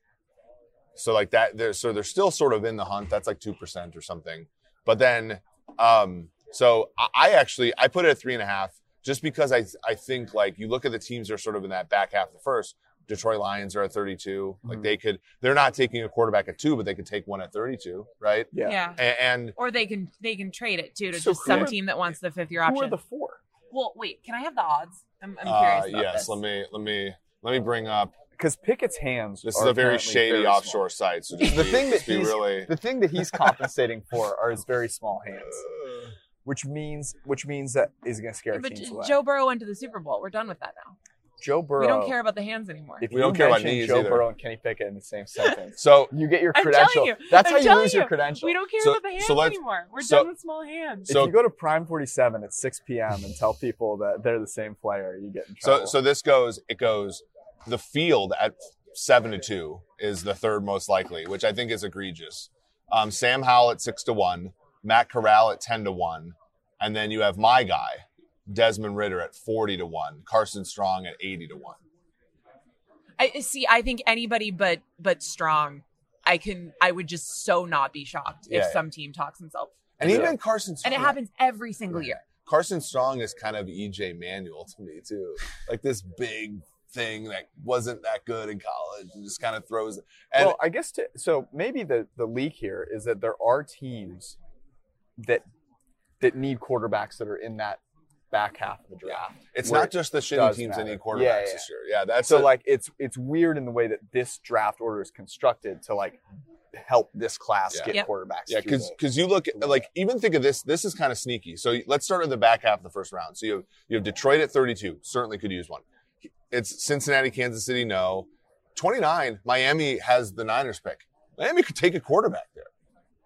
B: So like that, they're, so they're still sort of in the hunt. That's like two percent or something. But then, um, so I, I actually I put it at three and a half just because I I think like you look at the teams that are sort of in that back half of the first. Detroit Lions are at 32. Like
C: Mm-hmm.
A: Mhm.
B: they could, they're not taking a quarterback at two, but they could take one at 32, right?
A: Yeah.
C: yeah.
B: And, and
C: Or they can they can trade it too to
A: So
C: just some
A: who are-
C: team that wants the fifth year
A: Who are
C: option.
A: the four?
C: well, wait, can I have the odds? I'm, I'm
B: uh,
C: curious. About
B: yes,
C: this.
B: let me let me let me bring up
A: Because Pickett's hands.
B: This
A: are
B: is a very
A: apparently
B: shady
A: very small.
B: offshore site. So just
A: The
B: be,
A: thing that
B: just be
A: he's-
B: really.
A: The thing that he's compensating for are his very small hands. which means which means that is going to scare
C: Yeah, but
A: teams away.
C: Joe Burrow went to the Super Bowl. We're done with that now.
A: Joe Burrow.
C: We don't care about the hands anymore.
A: If
B: We
A: you
B: don't care about
A: mention
B: knees
A: Joe
B: either.
A: Burrow and Kenny Pickett in the same sentence,
B: So
A: you get your
C: I'm telling
A: credential.
C: you.
A: That's
C: I'm
A: how you
C: telling
A: lose
C: you.
A: your credential.
C: we don't care
B: So-
C: about the hands
B: so let's-
C: anymore. We're
B: so-
C: done with small hands.
A: if
B: so-
A: you go to Prime 47 at 6 p.m. and tell people that they're the same player, you get in
B: so
A: trouble.
B: so this goes. It goes. The field at seven to two is the third most likely, which I think is egregious. Um, Sam Howell at six to one, Matt Corral at ten to one, and then you have my guy, Desmond Ritter at forty to one, Carson Strong at eighty to one.
C: I see. I think anybody but but strong. I can. I would just so not be shocked if
B: Yeah.
C: some team talks himself,
B: And
A: Yeah.
B: even Carson Strong.
C: and it happens every single year.
B: Carson Strong is kind of EJ Manuel to me too. Like this big thing that wasn't that good in college and just kind of throws and
A: well, I guess to, so. Maybe the the leak here is that there are teams that that need quarterbacks that are in that back half of the draft.
B: it's
A: where
B: not
A: it
B: just the shitty
A: does
B: teams that
A: matter.
B: need quarterbacks
A: Yeah, yeah,
B: this year. Yeah, that's
A: So
B: a-
A: like it's it's weird in the way that this draft order is constructed to like help this class
B: Yeah.
A: get
C: Yep.
A: quarterbacks.
B: Yeah,
A: through
B: because
A: the-
B: because you look at, like even think of this. This is kind of sneaky. So let's start at the back half of the first round. So you have you have Detroit at 32. Certainly could use one. It's Cincinnati, Kansas City. No, 29. Miami has the Niners pick. Miami could take a quarterback there.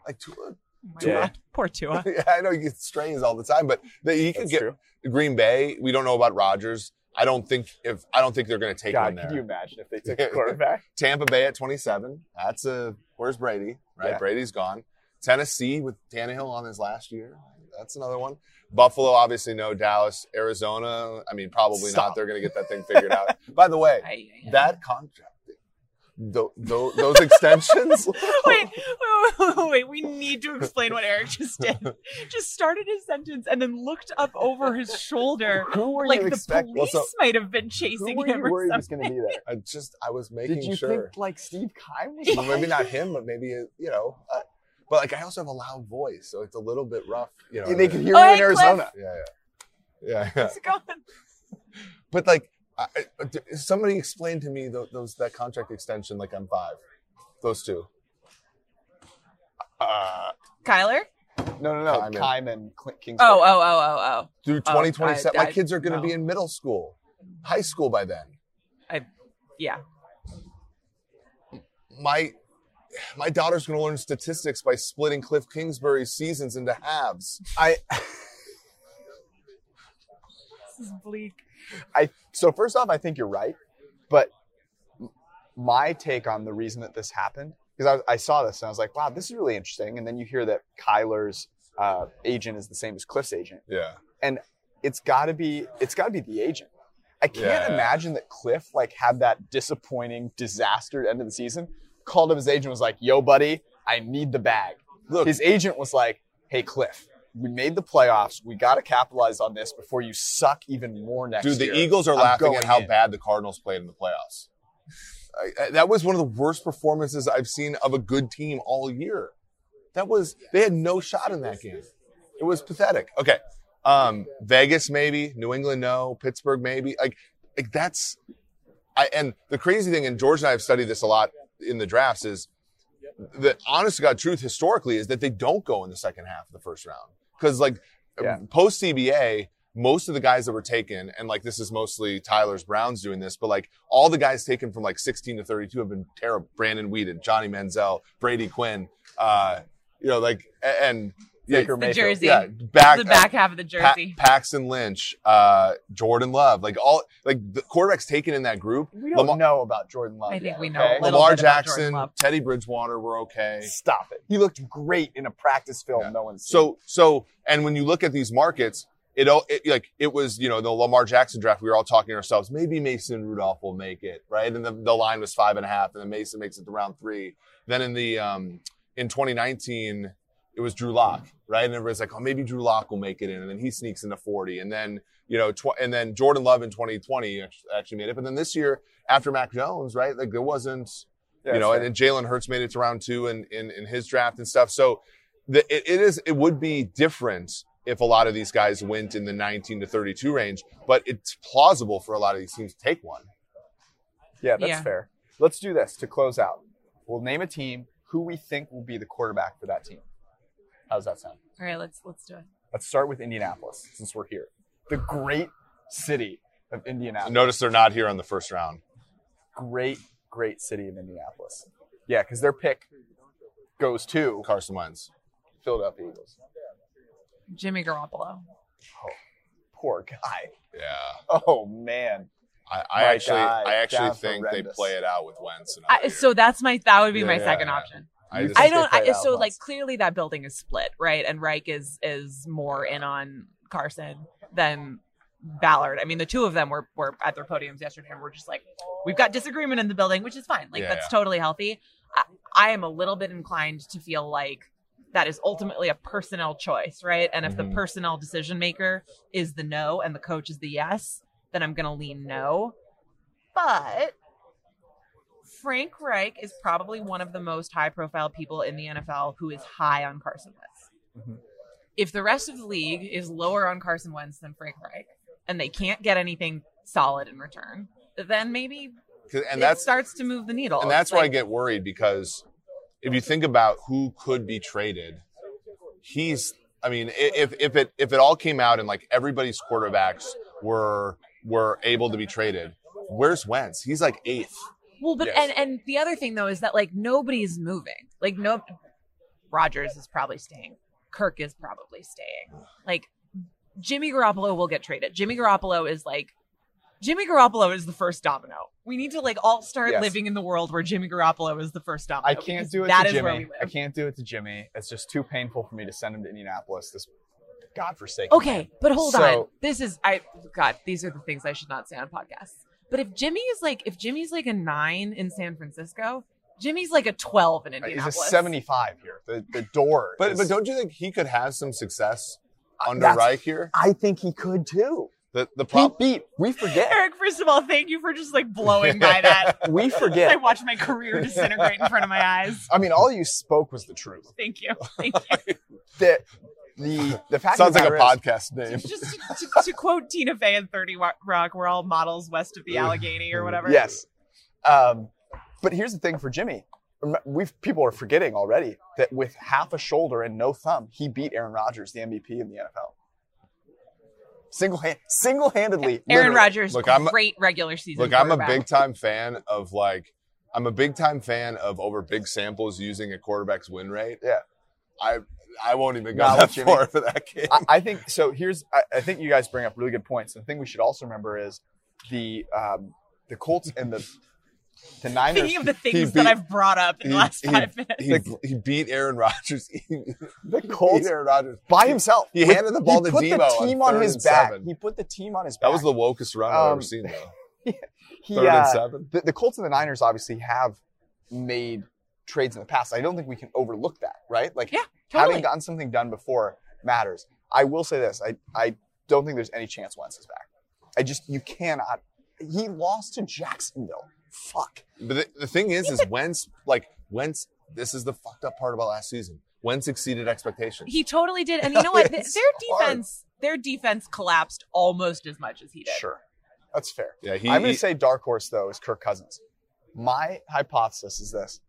B: Like Tua,
A: Yeah. God.
C: Oh Poor Tua.
B: yeah, I know you get strays all the time, but that he could
A: that's
B: get
A: true.
B: Green Bay. We don't know about Rodgers. I don't think if I don't think they're going to take one
A: God,
B: there.
A: could you imagine if they took a quarterback?
B: Tampa Bay at 27. That's a where's Brady? Right,
A: Yeah.
B: Brady's gone. Tennessee with Tannehill on his last year. That's another one. Buffalo, obviously no. Dallas, Arizona. I mean, probably
A: Stop.
B: not. They're going to get that thing figured out. By the way, that contract, tho- tho- those extensions.
C: Wait, wait, wait, wait, wait. We need to explain what Eric just did. Just started his sentence and then looked up over his shoulder
A: Who were
C: like
A: you
C: the
A: expecting?
C: police
B: Well,
C: might have been
A: Who
C: chasing
A: were you
C: him or
A: worried was
C: something.
A: going to be there?
B: I just I was making
A: Did you
B: sure.
A: think like Steve Kai was?
B: Well, maybe not him, but maybe you know. Uh, but like, I also have a loud voice, so it's a little bit rough. You know.
A: They could hear
C: Oh,
A: you
C: hey,
A: in
C: Cliff.
A: Arizona.
B: yeah, yeah, yeah, yeah.
C: How's it going?
B: But like, I, I- d- somebody explained to me those, those that contract extension, like I'm five, those two. Uh,
C: Kyler?
A: No, no, no.
B: Kime and-
A: Kime and Clint Kingsbury.
C: Oh, oh, oh, oh, oh.
B: through
C: Oh,
B: 2027,
C: I-
B: my kids are going to
C: no.
B: be in middle school, high school by then.
C: Yeah.
B: My my daughter's going to learn statistics by splitting Cliff Kingsbury's seasons into halves.
A: I
C: This is bleak.
A: so first off, I think you're right, but m- my take on the reason that this happened because I, was- I saw this and I was like, wow, this is really interesting. And then you hear that Kyler's uh, agent is the same as Cliff's agent.
B: Yeah,
A: It's got to be. It's got to be the agent. I can't
B: Yeah.
A: imagine that Cliff like had that disappointing disaster end of the season. Called up his agent and was like, "Yo, buddy, I need the bag."
B: look,
A: his agent was like, "Hey, Cliff, we made the playoffs. We got to capitalize on this before you suck even more next
B: Dude, the
A: year."
B: Eagles are
A: I'm
B: laughing
A: going
B: at how
A: in.
B: bad the Cardinals played in the playoffs. I, I- that was one of the worst performances I've seen of a good team all year. That was they had no shot in that game. It was pathetic. Okay, um, Vegas maybe, New England no, Pittsburgh maybe. Like, like that's, I and the crazy thing, and George and I have studied this a lot in the drafts is the honest to God truth historically is that they don't go in the second half of the first round because like
A: Yeah.
B: post CBA, most of the guys that were taken, and like this is mostly Tyler's Brown's doing this, but like all the guys taken from like 16 to 32 have been terrible. Brandon Whedon, Johnny Manziel, Brady Quinn, uh, you know, like a- and yeah,
A: Baker
C: The
A: Mayfield.
C: jersey.
B: yeah, back
C: the back half of the
B: uh, Pa-
C: jersey.
B: Paxton Lynch, uh, Jordan Love, like all like the quarterbacks taken in that group.
A: We don't
B: Lamar-
A: know about Jordan Love.
C: I think
A: yet,
C: we know
A: okay?
C: a little
B: Lamar
C: bit about Jordan
B: Jackson,
C: Love.
B: Teddy Bridgewater were okay.
A: Stop it. He looked great in a practice film.
B: Yeah.
A: No one's seen.
B: So so and when you look at these markets, it all it, like it was you know the Lamar Jackson draft. We were all talking to ourselves, maybe Mason Rudolph will make it, right? And the, the line was five and a half, and then Mason makes it to round three. Then in the um, in 2019, it was Drew Lock, right? And everybody's like, oh, maybe Drew Lock will make it in, and then he sneaks into 40, and then you know, tw- and then Jordan Love in 2020 act- actually made it, but then this year after Mac Jones, right? Like there wasn't
A: Yeah,
B: you know,
A: sure.
B: and, and Jalen Hurts made it to round two in, in, in his draft and stuff. So the, it, it is it would be different if a lot of these guys went in the 19 to 32 range, but it's plausible for a lot of these teams to take one.
A: yeah, that's
C: Yeah.
A: fair. Let's do this to close out. We'll name a team who we think will be the quarterback for that team. How does that sound?
C: All right, let's let's do it.
A: Let's start with Indianapolis since we're here. The great city of Indianapolis.
B: Notice they're not here on the first round.
A: Great, great city of Indianapolis. Yeah, because their pick goes to
B: Carson Wentz.
A: Philadelphia Eagles.
C: Jimmy Garoppolo.
A: Poor guy.
B: Yeah.
A: Oh man.
B: I, I
A: My
B: actually,
A: guy,
B: I actually
A: Dallas
B: think they
A: horrendous.
B: play it out with Wentz. Another
C: I,
B: year.
C: so that's my that would be
B: Yeah,
C: my
B: yeah,
C: second
B: yeah.
C: option.
B: I
A: You
B: just
A: think
C: I
A: they
C: don't.
A: played
C: I,
A: out
C: so like
A: once.
C: clearly that building is split, right? And Reich is is more in on Carson than Ballard. I mean, the two of them were were at their podiums yesterday, and we're just like, we've got disagreement in the building, which is fine. Like
B: Yeah,
C: that's totally healthy. I, I am a little bit inclined to feel like that is ultimately a personnel choice, right? And if
B: Mhm.
C: the personnel decision maker is the no and the coach is the yes, then I'm going to lean no. But Frank Reich is probably one of the most high profile people in the NFL who is high on Carson Wentz.
A: Mhm.
C: If the rest of the league is lower on Carson Wentz than Frank Reich and they can't get anything solid in return, then maybe
B: 'Cause- and
C: it
B: that's
C: starts to move the needle.
A: Oh,
B: and that's
C: It's like,
B: where I get worried because if you think about who could be traded, he's. I mean, i- if if it if it all came out and like everybody's quarterbacks were were able to be traded, where's Wentz? He's like eighth.
C: Well, but
B: Yes.
C: and and the other thing though is that like nobody's moving. Like no, Rogers is probably staying. Kirk is probably staying. Like Jimmy Garoppolo will get traded. Jimmy Garoppolo is like. Jimmy Garoppolo is the first domino. We need to like all start
A: Yes.
C: living in the world where Jimmy Garoppolo is the first domino.
A: I can't
C: because
A: do it
C: That
A: to
C: is
A: Jimmy.
C: where we
A: I
C: live.
A: can't do it to Jimmy. It's just too painful for me to send him to Indianapolis. This godforsaken.
C: Okay, but hold
A: So-
C: on. This is I God. These are the things I should not say on podcasts. But if Jimmy is like if Jimmy's like a nine in San Francisco, Jimmy's like a twelve in
A: man. He's a
C: Indianapolis.
A: 75 here. The, the door.
B: But
A: is-
B: but don't you think he could have some success under
A: That's-
B: Reich here?
A: I think he could too.
B: The the
A: He
B: problem.
A: beat. We forget.
C: Eric, first of all, thank you for just like blowing by that.
A: We
C: I
A: forget.
C: watched my career disintegrate in front of my eyes.
A: I mean, all you spoke was the truth.
C: Thank you. Thank you.
A: That the the fact
B: Sounds
A: of
B: like
A: the
B: a
A: matter is-
B: podcast name.
C: Just to, to, to quote Tina Fey in 30 Wa- Rock, we're all models west of the Allegheny or whatever.
A: Yes. Um, but here's the thing for Jimmy. Rem- We've people are forgetting already that with half a shoulder and no thumb, he beat Aaron Rodgers, the MVP in the NFL. Single hand, single handedly.
C: Aaron Rodgers,
B: Look, I'm a-
C: great regular season.
B: Look, I'm a
C: quarterback.
B: big time fan of like, I'm a big time fan of over big samples using a quarterback's win rate.
A: Yeah.
B: I I won't even go
A: Not
B: that
A: with Jimmy.
B: far for that game.
A: I, I think so. Here's I, I think you guys bring up really good points. The thing we should also remember is the um, the Colts and the the Niners.
C: Thinking of the things
B: beat-
C: that I've brought up in the
B: he-
C: last
B: he-
C: five minutes.
B: he, he beat Aaron Rodgers. He
A: the
B: beat
A: Colts
B: Aaron Rodgers.
A: by himself.
B: He handed the ball
A: he
B: to
A: put
B: Debo
A: the
B: on
A: team on,
B: third
A: his
B: and
A: back.
B: seven.
A: He put the team on his back.
B: That was the wokest run I've
A: Um,
B: ever seen, though.
A: he,
B: Third
A: uh,
B: and seven.
A: the, the Colts and the Niners obviously have made trades in the past. I don't think we can overlook that, right? Like
C: Yeah, totally.
A: having gotten something done before matters. I will say this: I I don't think there's any chance Wentz is back. I just you cannot. He lost to Jacksonville. Fuck.
B: But the, the thing is, is Wentz like Wentz. This is the fucked up part about last season. Wentz exceeded expectations.
C: He totally did. And you know what? Th-
A: It's
C: their
A: hard.
C: defense, their defense collapsed almost as much as he did.
A: Sure, that's fair.
B: Yeah, he.
A: I'm going
B: he-
A: to say dark horse though is Kirk Cousins. My hypothesis is this: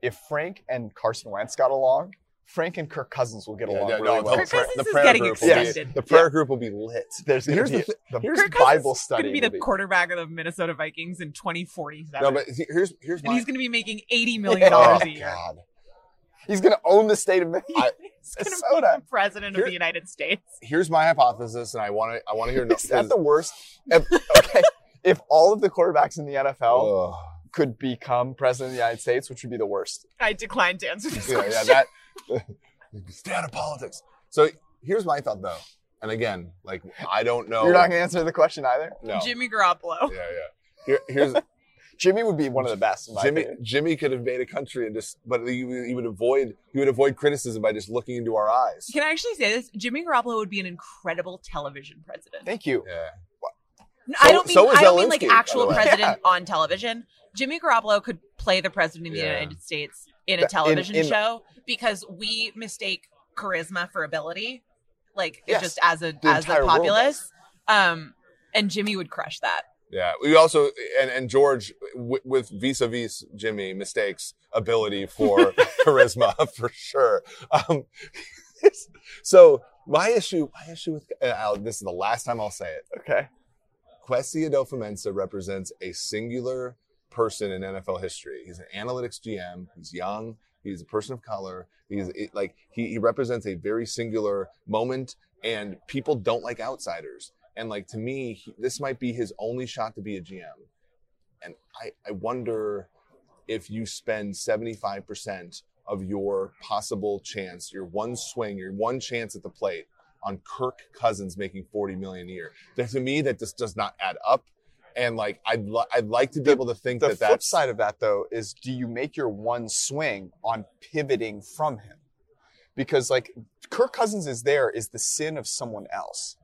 A: if Frank and Carson Wentz got along, Frank and Kirk Cousins will get
B: yeah,
A: along
B: yeah,
A: really
B: no,
A: well.
B: the,
C: Kirk
B: prayer-
C: Cousins
B: the
C: is
B: prayer
C: getting
B: group will be-
C: extended.
B: the prayer group will be lit.
A: There's gonna
B: Here's
A: be
B: the thi-
A: the
C: Kirk Cousins
A: Bible
C: is going
A: study.
C: to be the
A: will
C: quarterback of the Minnesota Vikings in 2047.
B: No, but he- here's here's
C: and
B: my Oh,
C: he's going to be making $80 million dollars a year.
B: God.
A: He's going to own the state of Minnesota.
C: He's going to be
A: Minnesota.
C: the president of
B: Here-
C: the United States.
B: Here's my hypothesis, and I want to I want to hear. no-
A: Is that the worst? If- okay. If all of the quarterbacks in the NFL
B: Ugh.
A: could become president of the United States, which would be the worst?
C: I declined to answer this
B: Yeah,
C: question.
B: yeah, that. Stay out of politics. So here's my thought, though, and again, like I don't know.
A: You're not going to answer the question either.
B: no.
C: Jimmy Garoppolo.
B: Yeah, yeah. Here, here's
A: Jimmy would be one of the best. In my
B: Jimmy.
A: opinion.
B: Jimmy could have made a country and just, but he, would- he would avoid he would avoid criticism by just looking into our eyes.
C: Can I actually say this? Jimmy Garoppolo would be an incredible television president.
A: Thank you.
B: Yeah.
C: No,
B: So-
C: I don't mean
B: so is
C: I don't mean
B: Zelensky,
C: like
B: by
C: actual
B: the way.
C: president on television. Jimmy Garoppolo could play the president of the
B: Yeah.
C: United States in
A: Th-
C: a
A: in-
C: television
A: in-
C: show because we mistake charisma for ability, like it
A: Yes,
C: just as a
A: the
C: as
A: entire
C: a
A: world
C: populace. Um, and Jimmy would crush that.
B: Yeah, we also and and George w- with vis-a-vis Jimmy mistakes ability for charisma for sure. Um, so my issue, my issue with and I'll, this is the last time I'll say it.
A: Okay.
B: Questi Adolfo Mensa represents a singular person in NFL history. He's an analytics GM. He's young. He's a person of color. He's it- like he, he represents a very singular moment, and people don't like outsiders. And like to me, he, this might be his only shot to be a GM. And I, I wonder if you spend 75% of your possible chance, your one swing, your one chance at the plate on Kirk Cousins making 40 million a year. That, to me, that just does not add up. And like, I'd, li- I'd like to be
A: The-
B: able to think
A: The
B: that
A: flip
B: that's
A: side of that, though, is do you make your one swing on pivoting from him? Because like Kirk Cousins is there is the sin of someone else,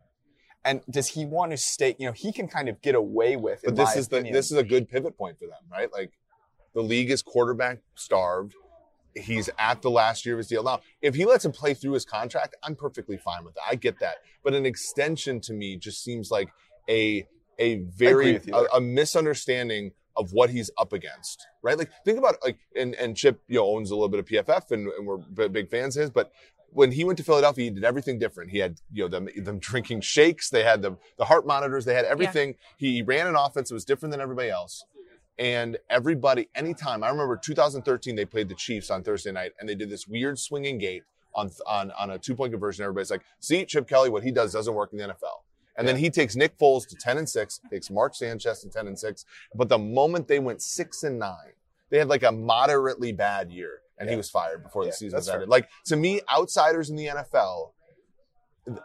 A: and does he want to stay? You know, he can kind of get away with. in
B: but this
A: my
B: is
A: opinion.
B: the this is a good pivot point for them, right? Like the league is quarterback starved. He's at the last year of his deal. Now, if he lets him play through his contract, I'm perfectly fine with that. I get that. But an extension to me just seems like a a very
A: with you
B: a,
A: there.
B: a misunderstanding of what he's up against, right? Like think about like and and Chip you know owns a little bit of PFF and, and we're b- big fans of his, but when he went to Philadelphia, he did everything different. He had you know them them drinking shakes, they had the the heart monitors, they had everything. He ran an offense that was different than everybody else. And everybody, anytime I remember 2013, they played the Chiefs on Thursday night, and they did this weird swinging gate on on on a two point conversion. Everybody's like, "See, Chip Kelly, what he does doesn't work in the NFL." And then he takes Nick Foles to 10 and six, takes Mark Sanchez to 10 and six. But the moment they went six and nine, they had like a moderately bad year, and he
A: Yeah.
B: was fired before the
A: Yeah,
B: season
A: that's
B: was ended.
A: fair.
B: Like to me, outsiders in the NFL,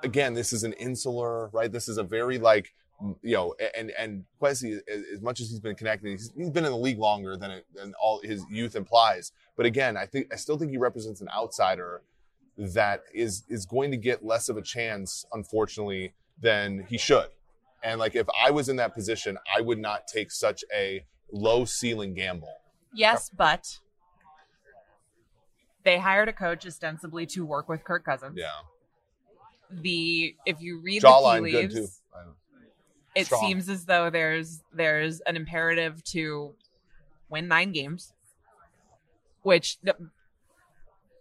B: again, this is an insular, right? This is a very like you know, and and Quessy, as as much as he's been connected, he's, he's been in the league longer than it, than all his youth implies. But again, I think I still think he represents an outsider that is is going to get less of a chance, unfortunately, than he should. And like, if I was in that position, I would not take such a low ceiling gamble.
C: Yes, but they hired a coach ostensibly to work with Kirk Cousins.
B: Yeah,
C: The if you read the
B: jawline
C: tea
B: good
C: leaves,
B: too. I don't-
C: it
A: Strong.
C: seems as though there's there's an imperative to win nine games, which th-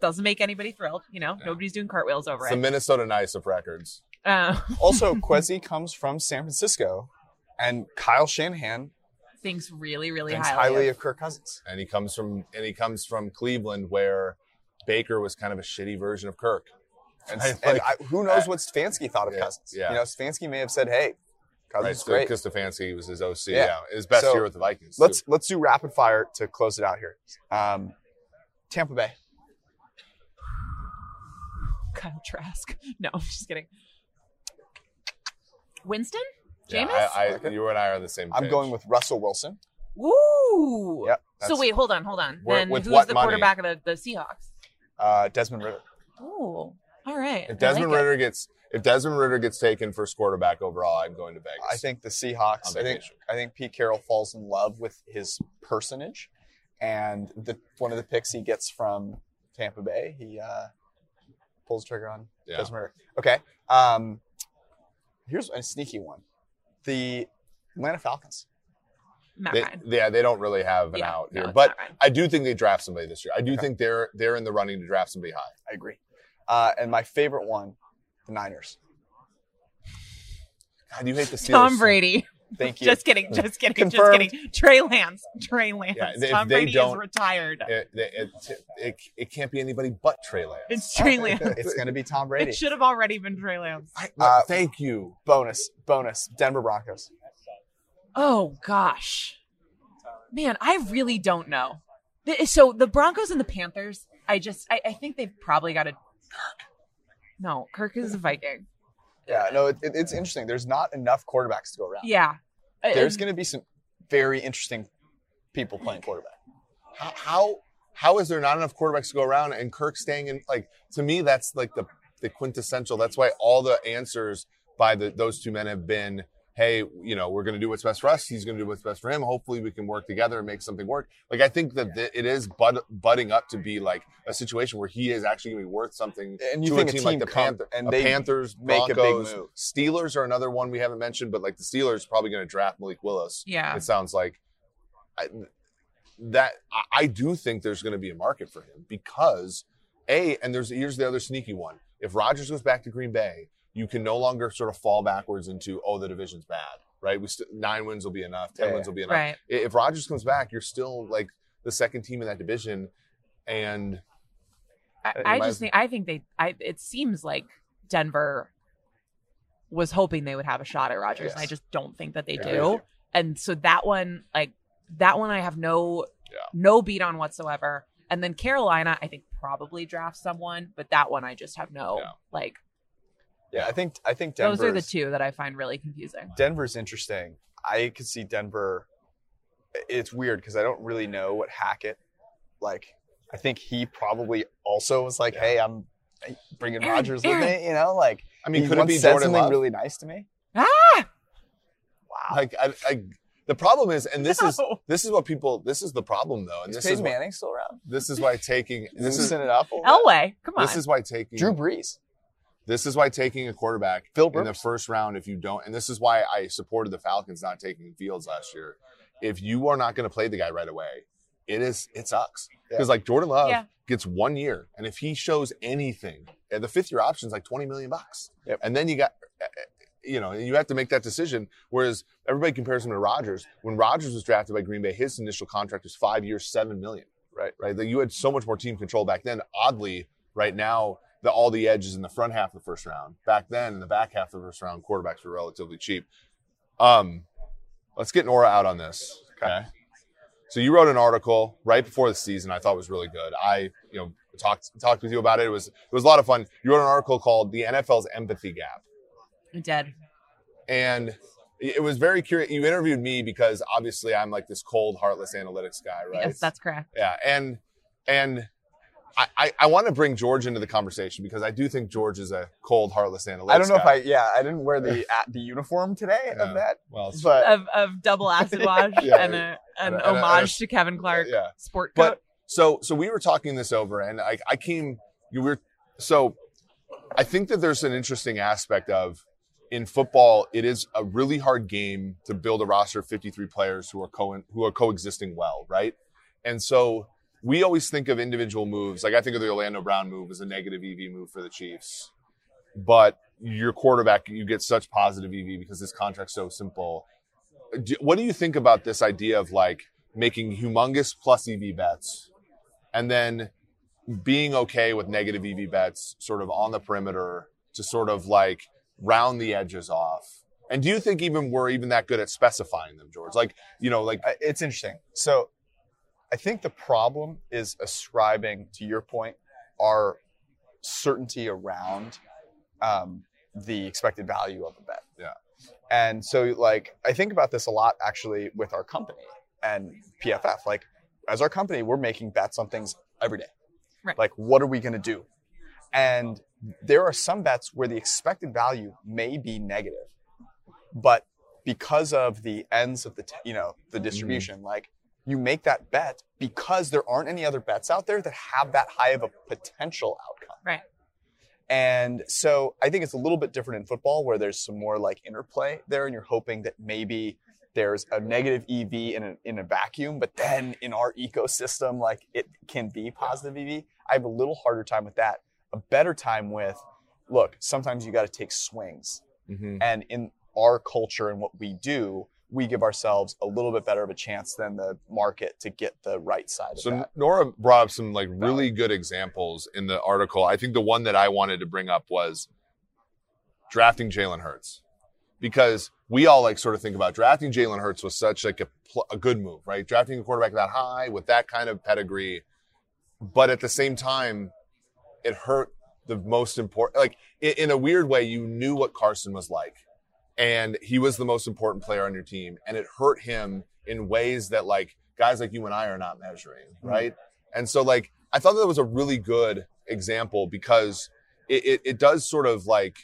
C: doesn't make anybody thrilled. You know,
B: Yeah.
C: nobody's doing cartwheels over
B: It's the
C: it.
B: Minnesota Nice of records.
C: Uh,
A: also, Quezzy comes from San Francisco, and Kyle Shanahan
C: thinks really, really
A: thinks
C: highly.
A: highly
C: of-
A: of Kirk Cousins.
B: and he comes from and he comes from Cleveland, where Baker was kind of a shitty version of Kirk.
A: And,
B: Right,
A: and
B: like-
A: I, who knows what Stefanski thought of
B: Yeah,
A: Cousins?
B: yeah.
A: You know, Stefanski may have said, "Hey,
B: Right,
A: Cousins
B: so
A: is great."
B: Stefanski was his OC. Yeah,
A: Yeah.
B: his best
A: So,
B: year with the Vikings. too.
A: Let's let's do rapid fire to close it out here. Um, Tampa Bay.
C: Kyle Trask. No, I'm just kidding. Winston?
B: Yeah,
C: Jameis?
B: I, I,
A: Okay.
B: you and I are on the same.
A: I'm
B: page.
A: going with Russell Wilson.
C: Woo!
A: Yep.
C: So
A: that's-
C: wait, hold on, hold on.
B: Where-
C: then
B: with
C: who's
B: what
C: the
B: money?
C: quarterback of the, the Seahawks?
A: Uh, Desmond Ritter.
C: Ooh. All right.
B: If Desmond
C: I like it.
B: Ritter gets if Desmond Ritter gets taken first quarterback overall, I'm going to Vegas.
A: I think the Seahawks.
B: On
A: I think
B: vacation.
A: I think Pete Carroll falls in love with his personage, and the one of the picks he gets from Tampa Bay, he uh, pulls the trigger on
B: Yeah.
A: Desmond Ritter. Okay. Um, here's a sneaky one. The Atlanta Falcons.
C: Matt
B: They,
C: Ryan.
B: yeah, they don't really have an
C: Yeah,
B: out
C: no,
B: here,
C: it's
B: but
C: Matt Ryan.
B: I do think they draft somebody this year. I do
A: Okay.
B: think they're they're in the running to draft somebody high.
A: I agree. Uh, and my favorite one, the Niners.
B: God, you hate the Steelers.
C: Tom Brady.
A: Thank you.
C: Just kidding. Just kidding.
A: Confirmed.
C: Just kidding. Trey Lance. Trey Lance.
B: Yeah, if
C: Tom
B: they
C: Brady
B: don't-
C: is retired.
B: It, it, it, it can't be anybody but Trey Lance.
C: It's Trey Lance.
A: it's going to be Tom Brady.
C: It should have already been Trey Lance.
B: I-
A: Uh,
B: thank you.
A: bonus, bonus. Denver Broncos.
C: Oh gosh, man, I really don't know. The- So the Broncos and the Panthers, I just, I, I think they've probably got a Kirk. No, Kirk is a Viking.
A: Yeah, no, it, it- it's interesting. There's not enough quarterbacks to go around.
C: Yeah, Uh,
A: There's going to be some very interesting people playing quarterback.
B: how how how is there not enough quarterbacks to go around and Kirk staying in like to me that's like the the quintessential. That's why all the answers by the those two men have been, hey, you know, we're gonna do what's best for us. He's gonna do what's best for him. Hopefully we can work together and make something work. Like I think that th- it is bud- budding up to be like a situation where he is actually gonna be worth something
A: And you
B: to
A: think
B: a team, like the
A: come-
B: Panther,
A: and
B: a
A: they
B: Panthers,
A: make a big
B: Broncos,
A: move.
B: Steelers are another one we haven't mentioned, but like the Steelers probably gonna draft Malik Willis
C: yeah.
B: it sounds like I, that I- I do think there's going to be a market for him because a and there's here's the other sneaky one. If Rodgers goes back to Green Bay, you can no longer sort of fall backwards into oh the division's bad, right? We st- nine wins will be enough, ten
A: Yeah,
B: wins will be enough.
C: Right.
B: I- If Rodgers comes back, you're still like the second team in that division, and
C: I,
A: It
C: I
B: reminds
C: just think I think they. I it seems like Denver was hoping they would have a shot at Rogers, and I
B: Yes.
C: just don't think that they
B: Yeah.
C: do. And so that one, like that one, I have no
B: Yeah.
C: no beat on whatsoever. And then Carolina, I think probably drafts someone, but that one I just have no
B: Yeah.
C: like.
A: Yeah, I think I think
C: Those are the
A: Denver's-
C: two that I find really confusing.
A: Denver's interesting. I could see Denver. It's weird because I don't really know what Hackett like. I think he probably also was like,
B: Yeah.
A: "Hey, I'm bringing
C: Aaron,
A: Rodgers with
C: Aaron.
A: me," you know, like.
B: I mean,
A: he
B: could it
A: once
B: be
A: said
B: Jordan
A: something
B: Love?
A: really nice to me?
C: Ah,
A: Wow.
B: like, I, I, the problem is, and this is
C: no.
B: this is what people. This is the problem, though, and
A: is
B: this
A: Peyton
B: is why,
A: Manning still around?
B: this is why taking this is
A: Loosen it up. a little bit?
C: Elway. Come on,
B: Oh, this is why taking
A: Drew Brees.
B: This is why taking a quarterback
A: Phil
B: in the
A: Brooks.
B: first round, if you don't, and this is why I supported the Falcons not taking Fields last year. If you are not going to play the guy right away, it is it sucks
A: Yeah.
B: because like Jordan Love
C: Yeah.
B: gets one year, and if he shows anything, and the fifth year option is like twenty million bucks,
A: Yep.
B: and then you got. eh, You know, you have to make that decision. Whereas everybody compares him to Rodgers. When Rodgers was drafted by Green Bay, his initial contract was five years, seven million.
A: Right.
B: Right. Like you had so much more team control back then. Oddly, right now, the all the edges in the front half of the first round. Back then, in the back half of the first round, quarterbacks were relatively cheap. Um, let's get Nora out on this. Okay. So you wrote an article right before the season. I thought was really good. I you know talked talked with you about it. It was it was a lot of fun. You wrote an article called "The NFL's Empathy Gap,"
C: dead.
B: and it was very curious. You interviewed me because obviously I'm like this cold, heartless analytics guy, right?
C: Yes, that's correct.
B: Yeah, and and I I, I want to bring George into the conversation because I do think George is a cold, heartless analytics.
A: I don't know if
B: guy.
A: I. Yeah, I didn't wear the at the uniform today
B: Yeah.
A: of that,
B: well, it's-
A: but
C: Of, of double acid wash
B: Uh, Yeah.
C: and a, an
B: And a- and a-
C: homage to Kevin Clark
B: yeah.
C: sport coat.
B: But so so we were talking this over, and I I came you were so I think that there's an interesting aspect of in football it is a really hard game to build a roster of 53 players who are co who are coexisting well, right? And so we always think of individual moves. Like I think of the Orlando Brown move as a negative EV move for the Chiefs, but your quarterback you get such positive EV because this contract's so simple. Do, what do you think about this idea of like making humongous plus EV bets and then being okay with negative EV bets sort of on the perimeter to sort of like round the edges off? And do you think even we're even that good at specifying them, George? Like, you know, like
A: I- it's interesting. So I think the problem is ascribing, to your point, our certainty around um, the expected value of a bet.
B: Yeah.
A: And so, like, I think about this a lot actually with our company and PFF. Like, as our company, we're making bets on things every day.
C: Right.
A: Like, what are we going to do? And there are some bets where the expected value may be negative, but because of the ends of the t- you know the distribution, like you make that bet because there aren't any other bets out there that have that high of a potential outcome.
C: Right.
A: And so I think it's a little bit different in football where there's some more like interplay there, and you're hoping that maybe there's a negative EV in a, in a vacuum, but then in our ecosystem, like it can be positive EV. I have a little harder time with that. A better time with, look, sometimes you got to take swings. And in our culture and what we do, we give ourselves a little bit better of a chance than the market to get the right side of
B: So
A: that.
B: Nora brought up some like really good examples in the article. I think the one that I wanted to bring up was drafting Jalen Hurts because we all like sort of think about drafting Jalen Hurts was such like a, pl- a good move, right? Drafting a quarterback that high with that kind of pedigree, but at the same time, it hurt the most important. Like in, in a weird way, you knew what Carson was like, and he was the most important player on your team, and it hurt him in ways that like guys like you and I are not measuring, right? And so like I thought that was a really good example because it, it, it does sort of like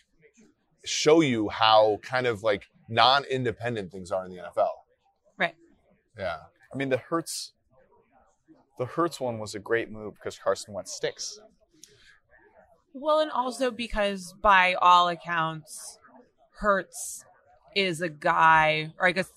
B: show you how kind of like non-independent things are in the NFL.
C: Right.
B: Yeah.
A: I mean, the Hertz, the Hertz one was a great move because Carson Wentz sticks.
C: Well, and also because by all accounts, Hertz is a guy, or I guess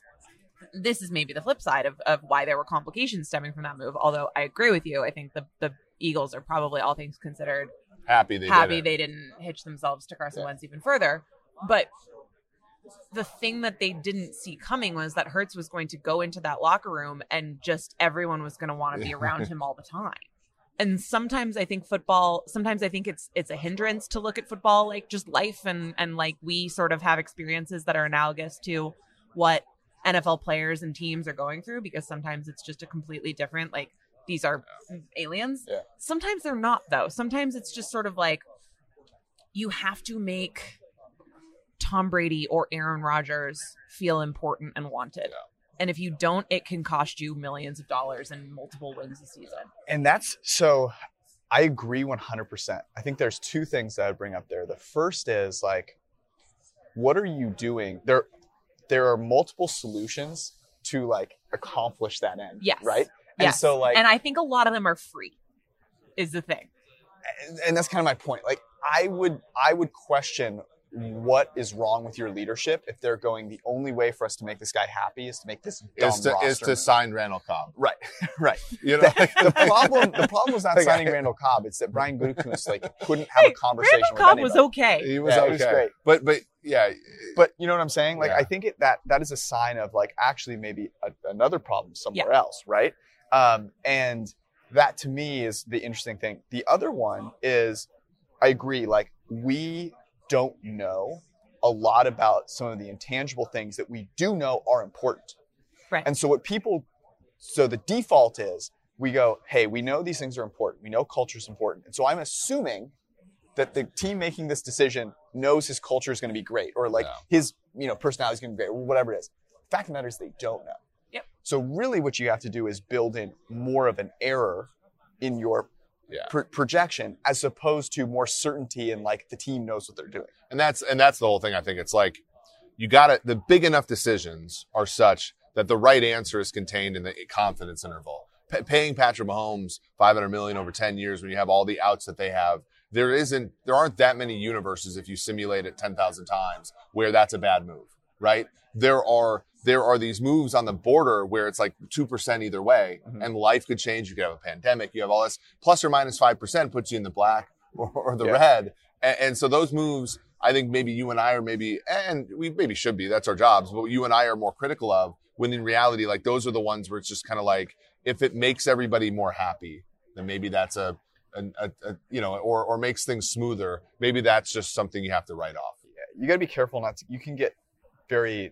C: this is maybe the flip side of, of why there were complications stemming from that move. Although I agree with you, I think the, the Eagles are probably, all things considered,
B: Happy they
C: happy
B: did it.
C: they didn't hitch themselves to Carson
B: Yeah.
C: Wentz even further. But the thing that they didn't see coming was that Hertz was going to go into that locker room and just everyone was going to want to be around him all the time. and sometimes I think football sometimes I think it's it's a hindrance to look at football like just life and and like we sort of have experiences that are analogous to what NFL players and teams are going through because sometimes it's just a completely different like these are aliens.
B: Yeah.
C: Sometimes they're not though. Sometimes it's just sort of like you have to make Tom Brady or Aaron Rodgers feel important and wanted.
B: Yeah.
C: And if you don't, it can cost you millions of dollars and multiple wins a season.
A: and that's so i agree 100% i think there's two things that i bring up there the first is like what are you doing there there are multiple solutions to like accomplish that end
C: Yes.
A: right and
C: Yes.
A: so like
C: and I think a lot of them are free, is the thing.
A: and- and that's kind of my point like i would i would question what is wrong with your leadership if they're going the only way for us to make this guy happy is to make this dumb
B: Is to, is
A: roster
B: to
A: move."
B: sign Randall Cobb.
A: right right
B: You know,
A: the, the problem the problem was not
B: Like,
A: signing
B: I-
A: Randall Cobb. It's that Brian Gutekunst like couldn't have a
C: Hey,
A: conversation
C: Randall
A: with
C: Cobb was
A: anybody.
C: okay.
B: he was
A: Yeah,
B: okay.
A: it was great.
B: But but yeah,
A: But you know what I'm saying? Like
B: Yeah.
A: I think it, that that is a sign of like actually maybe a, another problem somewhere else, right? Um, and that to me is the interesting thing. The other one is I agree. Like we don't know a lot about some of the intangible things that we do know are important.
C: Right.
A: And so what people, so the default is we go, hey, we know these things are important. We know culture is important. And so I'm assuming that the team making this decision knows his culture is going to be great or like
B: Yeah.
A: his, you know, personality is going to be great or whatever it is. Fact of the matter is they don't know.
C: Yep.
A: So really what you have to do is build in more of an error in your
B: Yeah.
A: pr- projection as opposed to more certainty in like the team knows what they're doing.
B: and that's and that's the whole thing. I think it's like you got to the big enough decisions are such that the right answer is contained in the confidence interval. Pa- paying Patrick Mahomes 500 million over 10 years when you have all the outs that they have, there isn't there aren't that many universes if you simulate it 10,000 times where that's a bad move, right? There are there are these moves on the border where it's like 2% either way
A: Mhm.
B: and life could change. You could have a pandemic, you have all this plus or minus 5% puts you in the black or, or the
A: Yeah.
B: red. And, and so those moves I think maybe you and I are maybe, and we maybe should be, that's our jobs, but you and I are more critical of when in reality, like those are the ones where it's just kind of like, if it makes everybody more happy, then maybe that's a, a, a, a you know, or, or makes things smoother. Maybe that's just something you have to write off.
A: you got to be careful not to you can get very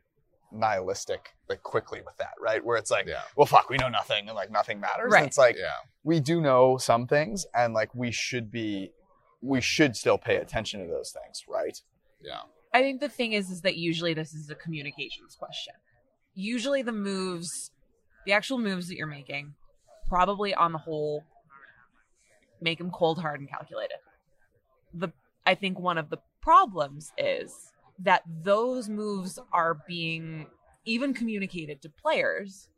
A: nihilistic like quickly with that right where it's like
B: Yeah.
A: well fuck we know nothing and like nothing matters And
C: Right.
A: it's like
B: Yeah.
A: we do know some things and like we should be we should still pay attention to those things right
B: Yeah.
C: I think the thing is, is that usually this is a communications question. Usually the moves, the actual moves that you're making, probably on the whole, make them cold, hard, and calculated. The I think one of the problems is that those moves are being even communicated to players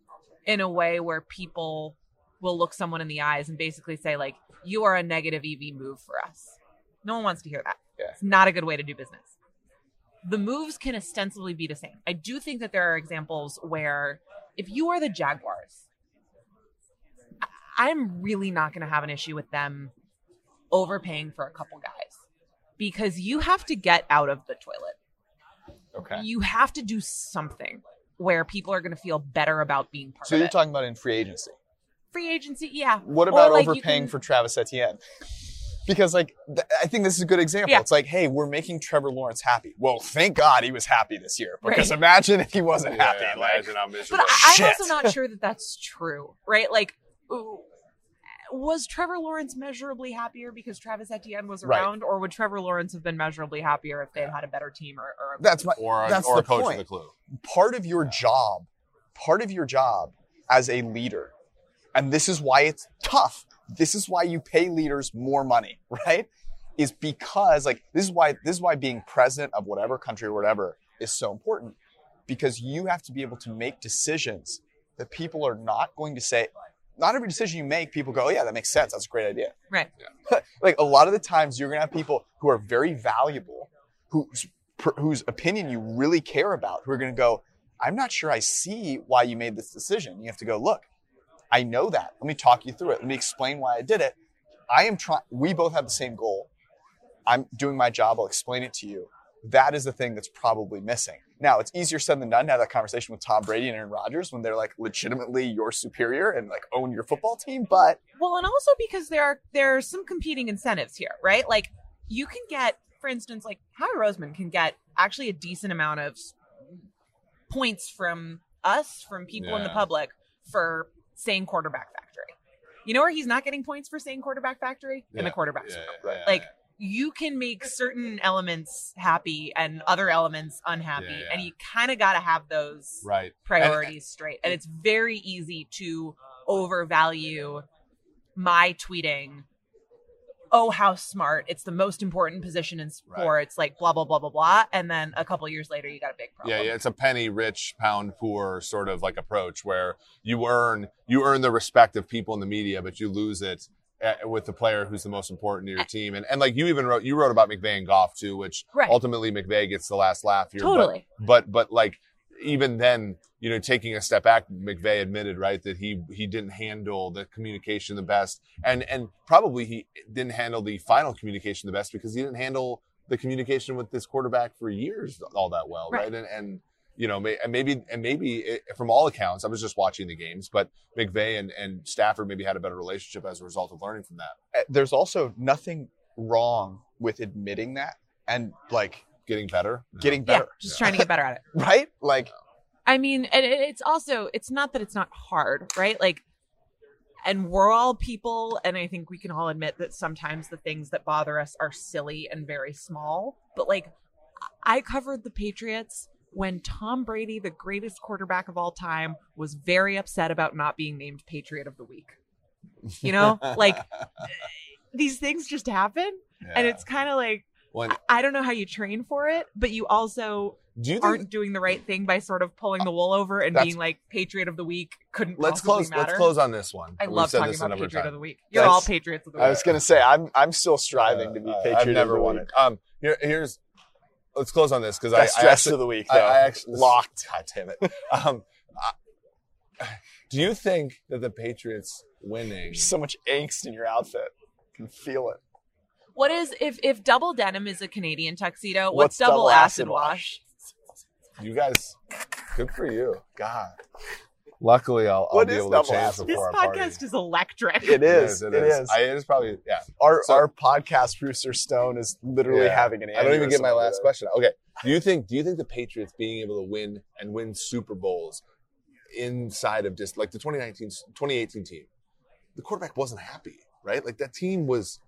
C: in a way where people will look someone in the eyes and basically say like, "You are a negative EV move for us." No one wants to hear that.
A: Yeah.
C: It's not a good way to do business the moves can ostensibly be the same. I do think that there are examples where if you are the Jaguars, I- I'm really not going to have an issue with them overpaying for a couple guys because you have to get out of the toilet.
A: okay
C: You have to do something where people are going to feel better about being part
A: so
C: of
A: you're
C: it.
A: talking about in free agency
C: Free agency, yeah.
A: what about
C: like, you
A: overpaying
C: can-
A: for travis etienne because like th- i think this is a good example
C: Yeah.
A: it's like hey we're making trevor lawrence happy well thank god he was happy this year because
C: Right.
A: imagine if he wasn't happy like
B: how
C: But I, I'm
A: Shit.
C: also not sure that that's true, right? Like, ooh, was Trevor Lawrence measurably happier because Travis Etienne was
A: Right.
C: around, or would Trevor Lawrence have been measurably happier if they had had a better team or, or a
A: that's my
B: or a,
A: That's
B: or a
A: the
B: coach
A: point.
B: with a clue.
A: part of your job, part of your job as a leader, and this is why it's tough. This is why you pay leaders more money, right? Is because like this is why this is why being president of whatever country or whatever is so important because you have to be able to make decisions that people are not going to say not every decision you make people go, "Oh yeah, that makes sense. That's a great idea."
C: Right.
A: like a lot of the times you're going to have people who are very valuable whose per- whose opinion you really care about who are going to go, I'm not sure I see why you made this decision. You have to go, look, I know that. Let me talk you through it. Let me explain why I did it. I am trying, we both have the same goal. I'm doing my job. I'll explain it to you. That is the thing that's probably missing. Now it's easier said than done to have that conversation with Tom Brady and Aaron Rodgers when they're like legitimately your superior and like own your football team, but
C: Well, and also because there are there are some competing incentives here, right? Like you can get, for instance, like Howie Roseman can get actually a decent amount of s- points from us, from people in the
B: Yeah.
C: public for saying quarterback factory. You know where he's not getting points for saying quarterback factory? In the
B: Yeah,
C: quarterback
B: Yeah,
C: room.
B: yeah, yeah,
C: Like
B: yeah.
C: you can make certain elements happy and other elements unhappy.
B: Yeah, yeah.
C: And you kinda gotta have those
B: right.
C: priorities straight. And it's very easy to overvalue my tweeting. Oh, how smart. It's the most important position in sports, like blah, blah, blah, blah, blah. And then a couple years later, you got a big problem.
B: Yeah, yeah, it's a penny rich, pound poor sort of like approach where you earn you earn the respect of people in the media, but you lose it uh, with the player who's the most important
C: Eh.
B: to your team. And and like you even wrote you wrote about McVay and golf too, which
C: Right.
B: ultimately McVay gets the last laugh here. but-
C: totally.
B: but but like even then you know taking a step back mcveigh admitted right that he he didn't handle the communication the best and and probably he didn't handle the final communication the best because he didn't handle the communication with this quarterback for years all that well right,
C: Right.
B: and and you know, may, and maybe, and maybe it, from all accounts, I was just watching the games, but McVay and, and Stafford maybe had a better relationship as a result of learning from that,
A: uh, there's also nothing wrong with admitting that and like
B: getting better,
A: getting
C: Yeah.
A: better,
C: Just trying to get better at it.
A: right? Like
C: I mean, and it- it's also, it's not that it's not hard, right? Like, and we're all people. And I think we can all admit that sometimes the things that bother us are silly and very small. But like, I covered the Patriots when Tom Brady, the greatest quarterback of all time, was very upset about not being named Patriot of the Week. You know, like these things just happen. And
B: Yeah.
C: it's kind of like,
B: Well, and
C: I- I don't know how you train for it, but you also
B: do you think
C: aren't doing the right thing by sort of pulling the wool over and
B: That's-
C: being like patriot of the week couldn't
B: let's
C: possibly
B: close
C: matter.
B: let's close on this one
C: I
B: We've
C: love
B: said
C: talking
B: this a
C: about
B: number
C: patriots of
B: times.
C: the week. You're
A: That's-
C: all patriots of the week.
A: I was gonna say, I'm I'm still striving to be
B: Uh,
A: patriot.
B: I've never
A: of the
B: won
A: week.
B: it. Um, here, here's let's close on this because I,
A: Best
B: I
A: dress
B: actually
A: of the week, though.
B: I, I actually
A: Locked.
B: God damn it. Um, I- do you think that the Patriots winning?
A: There's so much angst in your outfit. I can feel it.
C: What is if if double denim is a Canadian tuxedo? What's,
A: What's
C: double,
A: double
C: acid,
A: acid
C: wash?
B: You guys, good for you. God. Luckily, I'll, I'll
A: What
B: be
A: is
B: able to
A: double
B: change
A: acid?
C: This
B: before our party.
C: podcast is electric.
A: It is.
B: It is. I, it is probably yeah.
A: our
B: So-
A: our podcast producer Stone is literally
B: Yeah.
A: having an.
B: I don't even
A: aneurysm
B: get my
A: over
B: last
A: that.
B: question. Okay. Do you think do you think the Patriots being able to win and win Super Bowls inside of just like the 2019 2018 team? The quarterback wasn't happy, right? Like that team was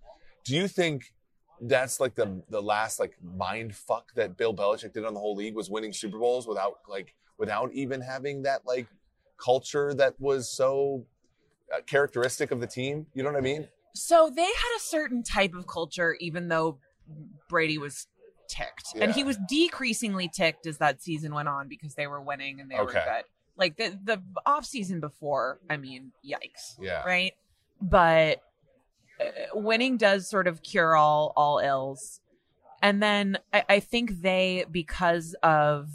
B: Do you think that's like the the last like mind fuck that Bill Belichick did on the whole league was winning Super Bowls without like without even having that like culture that was so uh, characteristic of the team? You know what I mean?
C: So they had a certain type of culture, even though Brady was ticked, and
B: Yeah.
C: he was decreasingly ticked as that season went on because they were winning and they were
B: Okay.
C: good. Like the the off season before, I mean, yikes.
B: Yeah.
C: right? But uh, winning does sort of cure all all ills. And then I, I think they, because of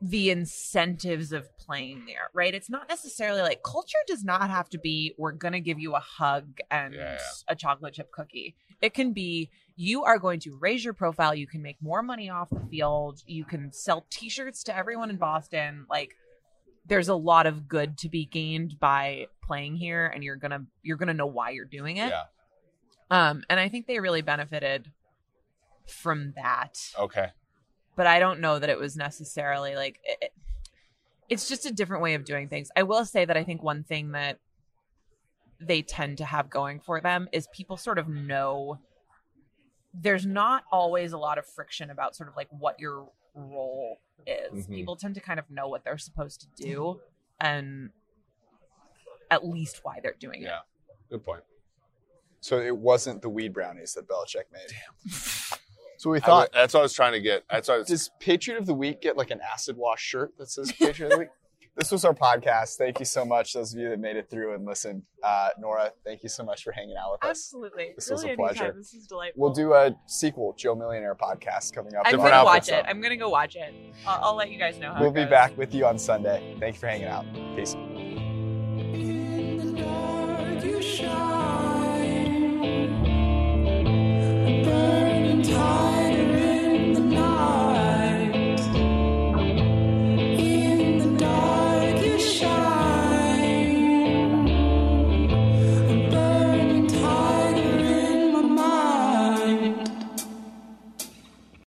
C: the incentives of playing there, right? It's not necessarily like culture does not have to be we're gonna give you a hug and
B: Yeah, yeah.
C: a chocolate chip cookie. It can be you are going to raise your profile. You can make more money off the field. You can sell T-shirts to everyone in Boston. Like there's a lot of good to be gained by playing here and you're gonna you're gonna know why you're doing it
B: Yeah.
C: um and i think they really benefited from that
B: Okay.
C: but i don't know that it was necessarily like it, it- it's just a different way of doing things i will say that i think one thing that they tend to have going for them is people sort of know there's not always a lot of friction about sort of like what your role is
A: Mm-hmm.
B: Mhm.
C: people tend to kind of know what they're supposed to do and at least why they're doing
B: Yeah. Good point.
A: So it wasn't the weed brownies that Belichick made. So we
B: I wa-
A: thought.
B: that's what I was trying to get. That's what I was.
A: Does Patriot of the Week get like an acid wash shirt that says Patriot of the Week? This was our podcast. Thank you so much, those of you that made it through and listened. Uh, Nora, thank you so much for hanging out with
C: it
A: us.
C: absolutely
A: This was Really a anytime. pleasure.
C: this is delightful
A: We'll do a sequel, Joe Millionaire podcast, coming up.
C: i'm
A: in
B: Different
C: gonna
B: outfits,
C: watch
B: though.
C: it i'm gonna go watch it i'll, I'll let you guys know how
A: We'll
C: it
A: be
C: goes.
A: back with you on Sunday. Thank you for hanging out. Peace.